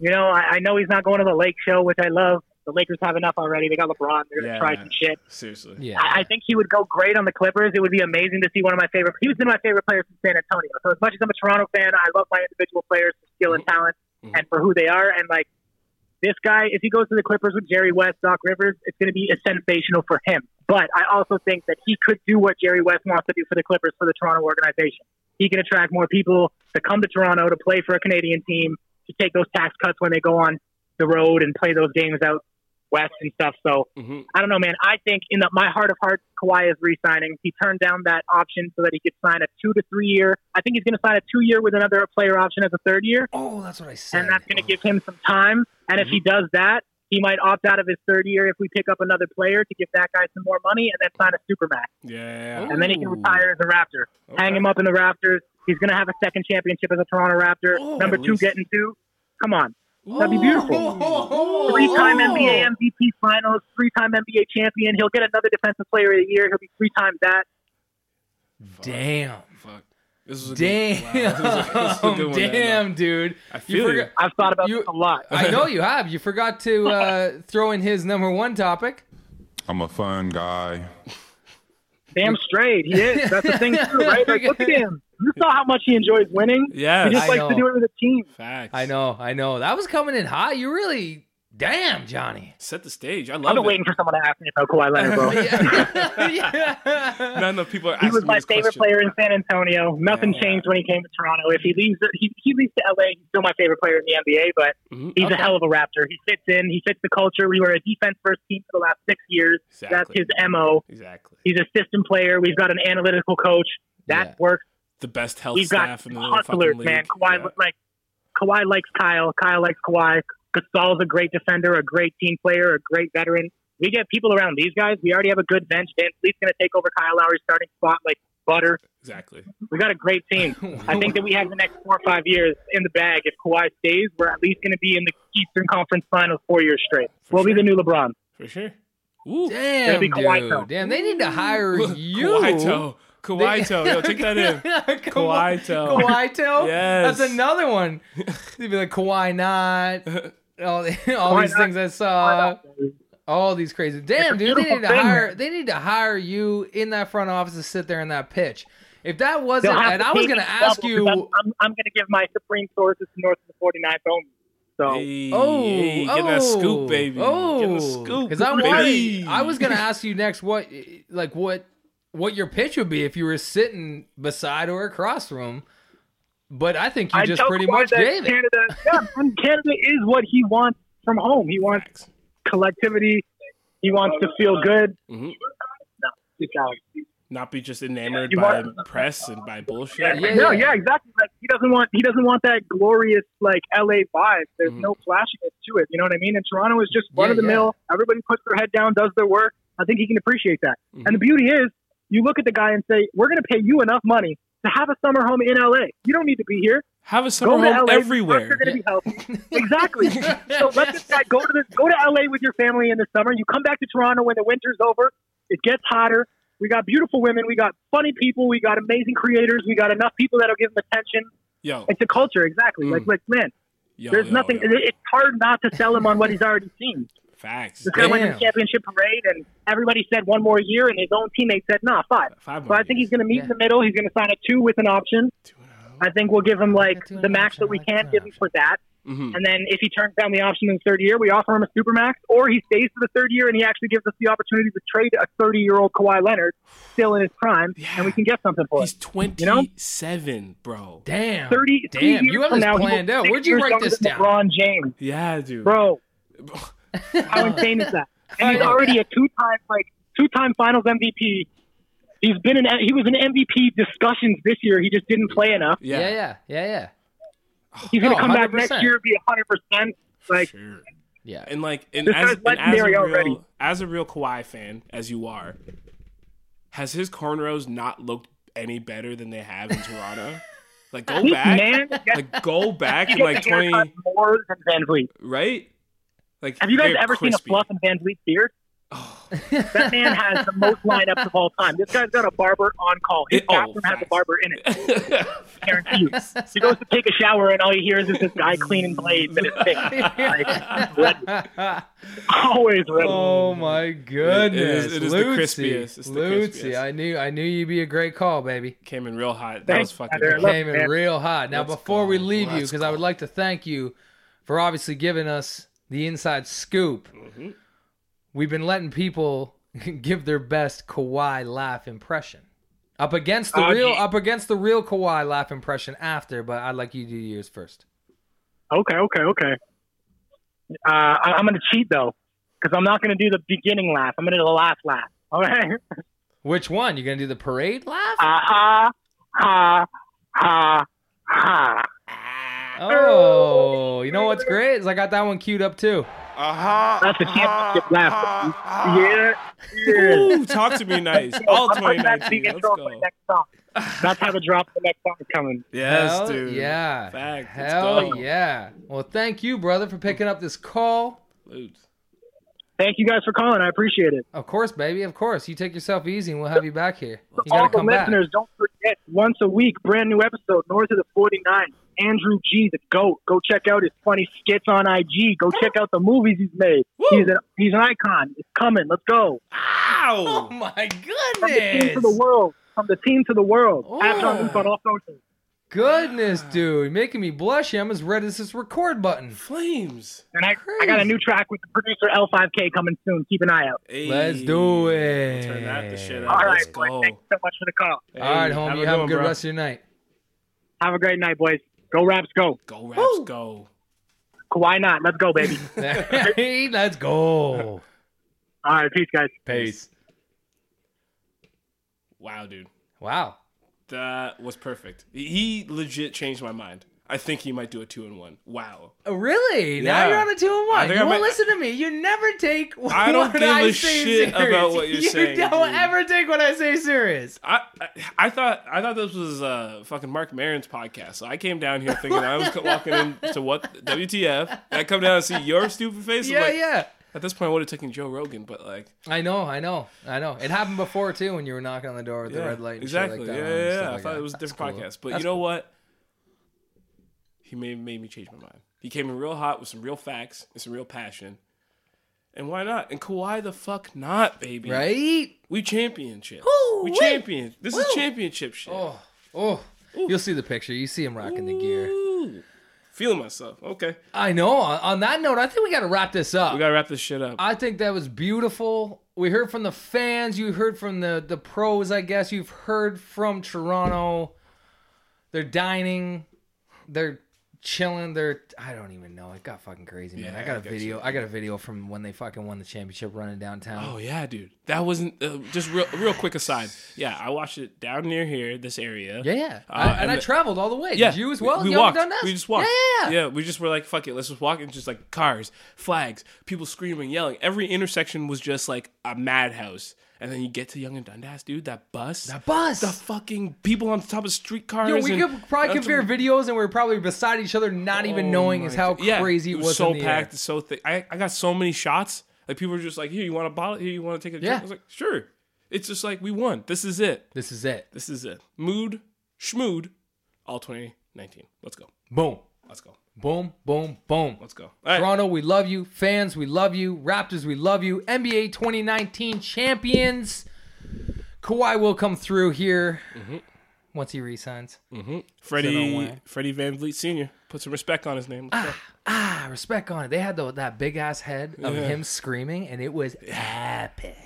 Speaker 6: You know, I, I know he's not going to the Lake Show, which I love. The Lakers have enough already. They got LeBron. They're going to
Speaker 2: Yeah,
Speaker 6: try
Speaker 2: man.
Speaker 6: some shit.
Speaker 2: Seriously.
Speaker 1: Yeah.
Speaker 6: I I think he would go great on the Clippers. It would be amazing to see one of my favorite. He was one of my favorite players from San Antonio. So as much as I'm a Toronto fan, I love my individual players for skill and talent
Speaker 2: Mhm.
Speaker 6: and for who they are. And like this guy, if he goes to the Clippers with Jerry West, Doc Rivers, it's going to be sensational for him. But I also think that he could do what Jerry West wants to do for the Clippers for the Toronto organization. He can attract more people to come to Toronto to play for a Canadian team to take those tax cuts when they go on the road and play those games out west and stuff. So.
Speaker 2: Mhm.
Speaker 6: I don't know, man. I think in the, my heart of hearts, Kawhi is re-signing. He turned down that option so that he could sign a two to three year. I think he's going to sign a two year with another player option as a third year,
Speaker 1: Oh, that's what I said.
Speaker 6: and that's going to give him some time. And if he
Speaker 2: Mm-hmm.
Speaker 6: does that, he might opt out of his third year if we pick up another player to give that guy some more money and then sign a supermax,
Speaker 2: Yeah.
Speaker 6: and then he can
Speaker 1: Ooh.
Speaker 6: retire as a Raptor.
Speaker 2: Okay.
Speaker 6: Hang him up in the Raptors. He's going to have a second championship as a Toronto Raptor,
Speaker 2: Oh,
Speaker 6: number
Speaker 2: at
Speaker 6: two
Speaker 2: least.
Speaker 6: getting two. Come on, Oh. That'd be beautiful.
Speaker 2: Oh,
Speaker 6: Three-time NBA MVP Finals, three-time NBA champion. He'll get another Defensive Player of the Year. He'll be three times that.
Speaker 1: Damn.
Speaker 2: Fuck. This is a
Speaker 1: Damn.
Speaker 2: Good, wow. This is a- this is a good one, man.
Speaker 1: Damn, dude.
Speaker 2: I
Speaker 1: You
Speaker 2: feel you.
Speaker 1: forgot-
Speaker 6: I've thought about
Speaker 1: You-
Speaker 6: this a lot.
Speaker 1: I know you have. You forgot to uh, throw in his number one topic.
Speaker 3: I'm a fun guy.
Speaker 6: Damn straight, he is. That's the thing, too, right? Like, look at him. You saw how much he enjoys winning.
Speaker 2: Yes.
Speaker 6: He just
Speaker 1: I
Speaker 6: likes to
Speaker 1: know.
Speaker 6: do it with a team.
Speaker 2: Facts.
Speaker 1: I know, I know. That was coming in hot. You really, damn, Johnny.
Speaker 2: Set the stage. I
Speaker 6: I've
Speaker 2: love
Speaker 6: been
Speaker 2: it.
Speaker 6: waiting for someone to ask me about Kawhi Leonard, bro.
Speaker 1: Yeah. Yeah.
Speaker 2: Not enough people are asking
Speaker 6: He was
Speaker 2: me
Speaker 6: my
Speaker 2: this
Speaker 6: favorite
Speaker 2: question.
Speaker 6: player in San Antonio. Nothing
Speaker 2: Yeah.
Speaker 6: changed when he came to Toronto. If he leaves, he, he leaves to LA. He's still my favorite player in the NBA, but
Speaker 2: Mhm.
Speaker 6: he's a
Speaker 1: Okay.
Speaker 6: hell of a Raptor. He fits in. He fits the culture. We were a defense first team for the last six years.
Speaker 2: Exactly.
Speaker 6: That's his mo.
Speaker 2: Exactly.
Speaker 6: He's a system player. We've got an analytical coach. That
Speaker 1: Yeah.
Speaker 6: works.
Speaker 2: The best health
Speaker 6: We've got
Speaker 2: staff in the
Speaker 6: hustlers,
Speaker 2: fucking
Speaker 6: man.
Speaker 2: league.
Speaker 6: Kawhi
Speaker 2: Yeah.
Speaker 6: like Kawhi likes Kyle. Kyle likes Kawhi. Gasol's a great defender, a great team player, a great veteran. We get people around these guys. We already have a good bench. Van Fleet's going to take over Kyle Lowry's starting spot like butter.
Speaker 2: Exactly.
Speaker 6: We got a great team. I think that we have the next four or five years in the bag. If Kawhi stays, we're at least going to be in the Eastern Conference Finals four years straight.
Speaker 2: For
Speaker 6: we'll be
Speaker 2: sure.
Speaker 6: the new LeBron.
Speaker 2: For sure. Ooh.
Speaker 1: Damn,
Speaker 6: Maybe Kawhi Toe.
Speaker 1: dude. Damn, they need to hire you.
Speaker 2: Kawhi toe.
Speaker 1: They-
Speaker 2: Kawhi toe. Yo, take that in.
Speaker 1: Kawhi
Speaker 2: Kawhi toe.
Speaker 1: Kawhi toe?
Speaker 2: Yes.
Speaker 1: That's another one. They'd be like, Kawhi not. All, the, all
Speaker 6: Kawhi
Speaker 1: these
Speaker 6: not.
Speaker 1: things I saw. All these crazy. Damn, dude. They
Speaker 6: beautiful
Speaker 1: need to
Speaker 6: thing,
Speaker 1: hire.
Speaker 6: man.
Speaker 1: They need to hire you in that front office to sit there in that pitch. If that
Speaker 6: They'll
Speaker 1: wasn't,
Speaker 6: have
Speaker 1: and
Speaker 6: to
Speaker 1: I was
Speaker 6: pay
Speaker 1: going
Speaker 6: me
Speaker 1: to ask
Speaker 6: double 'cause
Speaker 1: you.
Speaker 6: I'm, I'm, I'm going to give my supreme sources to North of the 49th only. So
Speaker 2: Hey,
Speaker 1: Oh,
Speaker 2: hey,
Speaker 1: oh,
Speaker 2: getting that scoop, baby. Getting the scoop.
Speaker 1: Because I
Speaker 2: baby.
Speaker 1: wanted, I was gonna ask you next what, like what, what your pitch would be if you were sitting beside or across from. But I think you
Speaker 6: I
Speaker 1: just
Speaker 6: tell
Speaker 1: pretty
Speaker 6: Kawhi
Speaker 1: much
Speaker 6: that
Speaker 1: gave it.
Speaker 6: Canada, yeah, man, Canada is what he wants from home. He wants
Speaker 2: Facts.
Speaker 6: collectivity. He wants to feel good.
Speaker 1: Mm-hmm.
Speaker 2: Mhm.
Speaker 6: No, it's Alex.
Speaker 2: Not be just enamored
Speaker 6: You
Speaker 2: by
Speaker 6: want-
Speaker 2: press and by bullshit.
Speaker 1: Yeah,
Speaker 6: no,
Speaker 1: yeah.
Speaker 6: yeah, exactly. Like, he doesn't want he doesn't want that glorious like LA vibe. There's
Speaker 1: Mm-hmm.
Speaker 2: Mhm.
Speaker 6: no flashiness to it. You know what I mean? And Toronto is just run of the mill. Everybody puts their head down, does their work. I think he can appreciate that.
Speaker 2: Mhm.
Speaker 6: And the beauty is, you look at the guy and say, "We're going to pay you enough money to have a summer home in LA. You don't need to be here.
Speaker 2: Have a
Speaker 6: Go
Speaker 2: summer
Speaker 6: to
Speaker 2: home
Speaker 6: LA.
Speaker 2: everywhere.
Speaker 6: You're going to be healthy. exactly. So let this guy go to the, go to LA with your family in the summer. You come back to Toronto when the winter's over. It gets hotter. We got beautiful women. We got funny people. We got amazing creators. We got enough people that'll give them attention.
Speaker 2: Yo,
Speaker 6: It's a culture, exactly.
Speaker 2: Mm.
Speaker 6: Like, like man,
Speaker 2: yo,
Speaker 6: there's
Speaker 2: yo,
Speaker 6: nothing.
Speaker 2: yo.
Speaker 6: it- It's hard not to sell him on what he's already seen.
Speaker 2: Facts.
Speaker 6: This guy went to the
Speaker 1: Damn.
Speaker 6: championship parade, and everybody said one more year, and his own teammate said, "Nah, five.
Speaker 2: Five
Speaker 6: So I think he's going to meet in the middle. He's going to sign a two with an option. I think we'll give him like
Speaker 1: Two and
Speaker 6: the
Speaker 1: an
Speaker 6: max
Speaker 1: option.
Speaker 6: that we
Speaker 1: I like
Speaker 6: can
Speaker 1: that
Speaker 6: give him for that.
Speaker 2: hmm
Speaker 6: And then if he turns down the option in the third year, we offer him a super max, or he stays for the third year and he actually gives us the opportunity to trade a 30 year old Kawhi Leonard still in his prime, and we can get something for
Speaker 2: He's
Speaker 6: it.
Speaker 2: 27, bro.
Speaker 1: Damn.
Speaker 6: 30, two
Speaker 1: Damn.
Speaker 6: years
Speaker 1: You have
Speaker 6: from
Speaker 1: this
Speaker 6: now, he will
Speaker 1: planned
Speaker 6: be
Speaker 1: out.
Speaker 6: six
Speaker 1: Whered you
Speaker 6: years
Speaker 1: write
Speaker 6: younger
Speaker 1: this
Speaker 6: than
Speaker 1: down?
Speaker 6: LeBron James,
Speaker 2: Yeah, dude.
Speaker 6: bro. How insane is that? And he's already a two time like two time Finals MVP. He's been an he was an MVP discussions this year. He just didn't play enough.
Speaker 1: Yeah,
Speaker 2: Yeah.
Speaker 1: yeah, yeah, yeah,
Speaker 6: He's gonna
Speaker 1: No,
Speaker 6: come back next
Speaker 1: 100%.
Speaker 6: year and be hundred percent. Like
Speaker 2: Sure.
Speaker 1: yeah.
Speaker 2: And like, and
Speaker 6: This
Speaker 2: as,
Speaker 6: guy's
Speaker 2: and as a
Speaker 6: legendary
Speaker 2: real,
Speaker 6: already.
Speaker 2: as a real Kawhi fan, as you are, has his cornrows not looked any better than they have in Toronto? like, go
Speaker 6: this
Speaker 2: back.
Speaker 6: man gets
Speaker 2: Like, go back
Speaker 6: he
Speaker 2: in like
Speaker 6: gets a haircut
Speaker 2: 20,
Speaker 6: more than Van Vliet.
Speaker 2: right? Like,
Speaker 6: Have you guys
Speaker 2: they're
Speaker 6: ever
Speaker 2: crispy.
Speaker 6: seen a fluff in Van Vliet's beard?
Speaker 2: Oh,
Speaker 6: That man has the most lineups of all time. This guy's got a barber on call. His
Speaker 2: It- oh,
Speaker 6: bathroom has a
Speaker 2: facts.
Speaker 6: barber in it. Guaranteed. He goes to take a shower and all he hears is this guy cleaning blades and his pick. Like, ready. Always ready.
Speaker 1: Oh my goodness!
Speaker 2: it is the
Speaker 1: Lucy.
Speaker 2: crispiest. It's the
Speaker 1: Lucy,
Speaker 2: crispiest.
Speaker 1: I knew, I knew you'd be a great call, baby.
Speaker 2: Came in real hot. That
Speaker 6: Thanks,
Speaker 2: was fucking.
Speaker 6: brother. I love
Speaker 1: Came
Speaker 6: it,
Speaker 1: in
Speaker 6: man.
Speaker 1: real hot. Now,
Speaker 2: Let's
Speaker 1: before we
Speaker 2: go.
Speaker 1: leave you,
Speaker 2: Let's
Speaker 1: because I would
Speaker 2: go.
Speaker 1: like to thank you for obviously giving us the inside scoop.
Speaker 6: Mm-hmm.
Speaker 2: Mhm.
Speaker 1: We've been letting people give their best Kawhi laugh impression. Up against the
Speaker 6: Oh,
Speaker 1: real,
Speaker 6: gee.
Speaker 1: up against the real Kawhi laugh impression after, but I'd like you to do yours first.
Speaker 6: Okay, okay, okay. Uh, I, I'm going to cheat, though, because I'm not going to do the beginning laugh. I'm going to do the last laugh. All right?
Speaker 1: Which one? You gonna do the parade laugh?
Speaker 6: Ha, ha, ha, ha, ha.
Speaker 1: Oh, you know what's great is I got that one queued up too.
Speaker 3: Aha.
Speaker 6: That's a championship laugh. Yeah, yeah.
Speaker 2: Ooh, talk to me nice. All
Speaker 6: I'm putting that
Speaker 2: 2019.
Speaker 6: big
Speaker 2: Let's
Speaker 6: intro for the
Speaker 2: go.
Speaker 6: next song. That's how the drop the next song is coming.
Speaker 2: Yes,
Speaker 1: Hell
Speaker 2: dude.
Speaker 1: yeah.
Speaker 2: Fact. Let's
Speaker 1: Hell
Speaker 2: go.
Speaker 1: yeah. Well, thank you, brother, for picking up this call.
Speaker 2: Salute.
Speaker 6: Thank you guys for calling. I appreciate it.
Speaker 1: Of course, baby. Of course. You take yourself easy, and we'll have you back here. You
Speaker 6: All
Speaker 1: gotta
Speaker 6: the
Speaker 1: come back.
Speaker 6: listeners, don't forget, once a week, brand new episode, North of the 49. Andrew G, the GOAT. Go check out his funny skits on IG. Go check out the movies he's made. He's an, he's an icon. It's coming. Let's go.
Speaker 1: Oh my
Speaker 6: From the team to the
Speaker 1: goodness!
Speaker 6: world. From the team to the world.
Speaker 1: Oh.
Speaker 6: After on Oof on all socials.
Speaker 1: Goodness, dude, You're making me blush. I'm as red as this record button.
Speaker 2: Flames.
Speaker 6: And I, I got a new track with the producer L5K coming soon. Keep an eye out.
Speaker 2: Hey.
Speaker 1: Let's do it.
Speaker 2: Turn that the shit up.
Speaker 6: All
Speaker 2: Let's
Speaker 6: right, boys.
Speaker 2: go.
Speaker 6: Thanks so much for the call.
Speaker 2: Hey,
Speaker 1: All right, homie. you have a good rest of your night.
Speaker 6: Have a great night, boys. Go Raps, go.
Speaker 2: Go Raps, go.
Speaker 6: Kawhi not. Let's go, baby.
Speaker 1: Hey, let's go.
Speaker 6: All right, peace, guys.
Speaker 1: Peace.
Speaker 2: Wow, dude.
Speaker 1: Wow.
Speaker 2: That was perfect. He legit changed my mind. I think he might do a two and one. Wow.
Speaker 1: Oh, Really? Now
Speaker 2: Yeah.
Speaker 1: you're on a two and
Speaker 2: I
Speaker 1: one.
Speaker 2: think
Speaker 1: You
Speaker 2: I
Speaker 1: won't
Speaker 2: might-
Speaker 1: listen to me. You never take. What
Speaker 2: I don't give
Speaker 1: I say
Speaker 2: a shit
Speaker 1: serious.
Speaker 2: about what you're
Speaker 1: you
Speaker 2: saying,
Speaker 1: You don't
Speaker 2: dude.
Speaker 1: ever take what I say serious.
Speaker 2: I, I I thought I thought this was uh fucking Mark Maron's podcast. So I came down here thinking I was walking into what WTF. And I come down and see your stupid face. I'm
Speaker 1: Yeah,
Speaker 2: like,
Speaker 1: yeah.
Speaker 2: At this point, I would have taken Joe Rogan, but like,
Speaker 1: I know, I know, I know. It happened before too when you were knocking on the door with
Speaker 2: yeah,
Speaker 1: the red light. And
Speaker 2: exactly.
Speaker 1: Shit like that
Speaker 2: yeah,
Speaker 1: on and
Speaker 2: yeah.
Speaker 1: stuff
Speaker 2: yeah. I
Speaker 1: like
Speaker 2: thought
Speaker 1: that.
Speaker 2: it was a different
Speaker 1: That's cool.
Speaker 2: podcast, but
Speaker 1: That's
Speaker 2: you know
Speaker 1: cool.
Speaker 2: what? He made made me change my mind. He came in real hot with some real facts and some real passion. And why not? And Kawhi the fuck not, baby.
Speaker 1: Right?
Speaker 2: We championship. we
Speaker 1: wee.
Speaker 2: champion. This is championship shit.
Speaker 1: Oh, oh. You'll see the picture. You see him rocking the gear.
Speaker 2: Ooh. Feeling myself. Okay.
Speaker 1: I know. On on that note, I think we got to wrap this up.
Speaker 2: We gotta wrap this shit up.
Speaker 1: I think that was beautiful. We heard from the fans. You heard from the the pros, I guess. You've heard from Toronto. They're dining. They're chilling. They're I don't even know. It got fucking crazy, man.
Speaker 2: Yeah,
Speaker 1: I got a
Speaker 2: I got
Speaker 1: video. I got a video from when they fucking won the championship running downtown.
Speaker 2: Oh yeah, dude. That wasn't uh, just real. Real quick aside. Yeah, I watched it down near here, this area.
Speaker 1: Yeah, yeah.
Speaker 2: Uh,
Speaker 1: I, and,
Speaker 2: and
Speaker 1: I
Speaker 2: the-
Speaker 1: traveled all the way.
Speaker 2: Yeah,
Speaker 1: Did you as well?
Speaker 2: We, we
Speaker 1: Y'all
Speaker 2: walked.
Speaker 1: done this?
Speaker 2: We just walked.
Speaker 1: Yeah, yeah.
Speaker 2: yeah. We just were like, "Fuck it, let's just walk." And just like cars, flags, people screaming, yelling. Every intersection was just like a madhouse. And then you get to Young and Dundas, dude. That bus.
Speaker 1: The bus.
Speaker 2: The fucking people on top of streetcars.
Speaker 1: Yo, we
Speaker 2: and-
Speaker 1: could probably compare videos, and we are probably beside each other, not even
Speaker 2: Oh
Speaker 1: knowing
Speaker 2: my
Speaker 1: is how
Speaker 2: God. Yeah,
Speaker 1: crazy it was.
Speaker 2: so
Speaker 1: in the air.
Speaker 2: packed, so thick. I, I got so many shots. Like people were just like, "Here, you want a bottle? Here, you want to take a drink?"
Speaker 1: Yeah.
Speaker 2: I was like, "Sure." It's just like we won. This is it.
Speaker 1: This is it.
Speaker 2: This is it. Mood, schmood, all 2019. Let's go.
Speaker 1: Boom,
Speaker 2: Let's go.
Speaker 1: boom, boom, boom.
Speaker 2: Let's go. All right.
Speaker 1: Toronto, we love you. Fans, we love you. Raptors, we love you. NBA 2019 champions. Kawhi will come through here
Speaker 2: Mm-hmm.
Speaker 1: once he resigns.
Speaker 2: Freddie,
Speaker 1: way.
Speaker 2: Freddie Van Vliet Sr. Put some respect on his name. Let's go.
Speaker 1: Ah, respect on it. They had the, that big ass head of him screaming, and it was epic.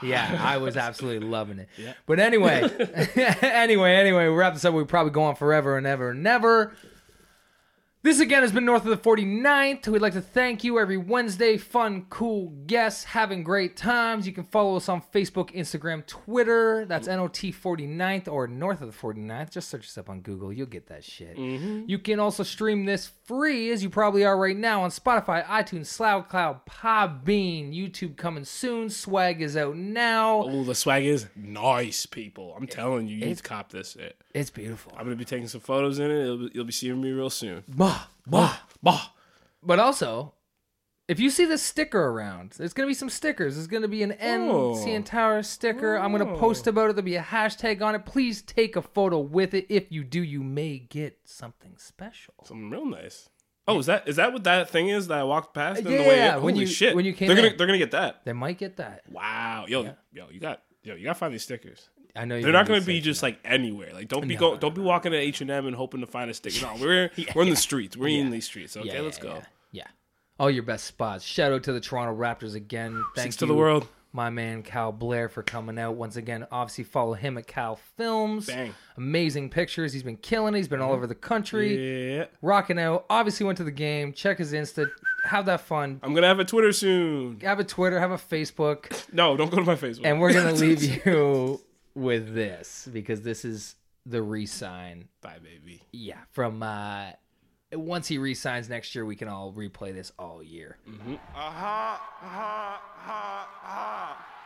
Speaker 1: Yeah, I was absolutely loving it. But anyway, anyway, anyway, we wrap this up. We probably go on forever and ever and ever. This again has been North of the 49th. We'd like to thank you every Wednesday. Fun, cool guests, having great times. You can follow us on Facebook, Instagram, Twitter. That's NOT49th or North of the 49th. Just search us up on Google. You'll get that shit.
Speaker 2: Mm-hmm.
Speaker 1: You can also stream this free, as you probably are right now, on Spotify, iTunes, SoundCloud, Podbean, YouTube coming soon. Swag is out now.
Speaker 2: Oh, the swag is nice, people. I'm telling you, you need to cop this. Shit.
Speaker 1: It's beautiful.
Speaker 2: I'm gonna be taking some photos in it. You'll be, you'll be seeing me real soon.
Speaker 1: Bah, bah.
Speaker 2: Bah, bah.
Speaker 1: But also, if you see this sticker around, there's gonna be some stickers. There's gonna be an
Speaker 2: Oh.
Speaker 1: NCN Tower sticker. I'm gonna post about it. There'll be a hashtag on it. Please take a photo with it. If you do, you may get something special.
Speaker 2: Something real nice. Oh, is that is that what that thing is that I walked past? on
Speaker 1: Yeah,
Speaker 2: the way
Speaker 1: yeah,
Speaker 2: in?
Speaker 1: when
Speaker 2: Holy
Speaker 1: you-
Speaker 2: shit.
Speaker 1: when you came
Speaker 2: they're gonna
Speaker 1: in.
Speaker 2: they're gonna get that.
Speaker 1: They might get that.
Speaker 2: Wow, yo, yo, you got yo, you gotta find these stickers.
Speaker 1: I know
Speaker 2: They're not going to be just like anywhere. Like don't be
Speaker 1: No,
Speaker 2: go, don't be walking to H and M and hoping to find a sticker. No, we're we're in the streets. We're in these streets. Okay,
Speaker 1: yeah,
Speaker 2: let's go.
Speaker 1: yeah. All your best spots. Shout out to the Toronto Raptors again. Thanks
Speaker 2: Thanks to the world.
Speaker 1: my man Kyle Blair for coming out once again. Obviously, follow him at Kyle Films.
Speaker 2: Bang.
Speaker 1: Amazing pictures. He's been killing it. He's been all over the country,
Speaker 2: Yeah,
Speaker 1: rocking out. Obviously, went to the game. Check his Insta. Have that fun.
Speaker 2: I'm gonna have a Twitter soon.
Speaker 1: Have a Twitter. Have a Facebook.
Speaker 2: No, don't go to my Facebook.
Speaker 1: And we're gonna leave you with this because this is the re-sign.
Speaker 2: Bye, baby.
Speaker 1: Yeah, from uh, once he re-signs next year, we can all replay this all year.
Speaker 3: Aha, aha, aha, aha.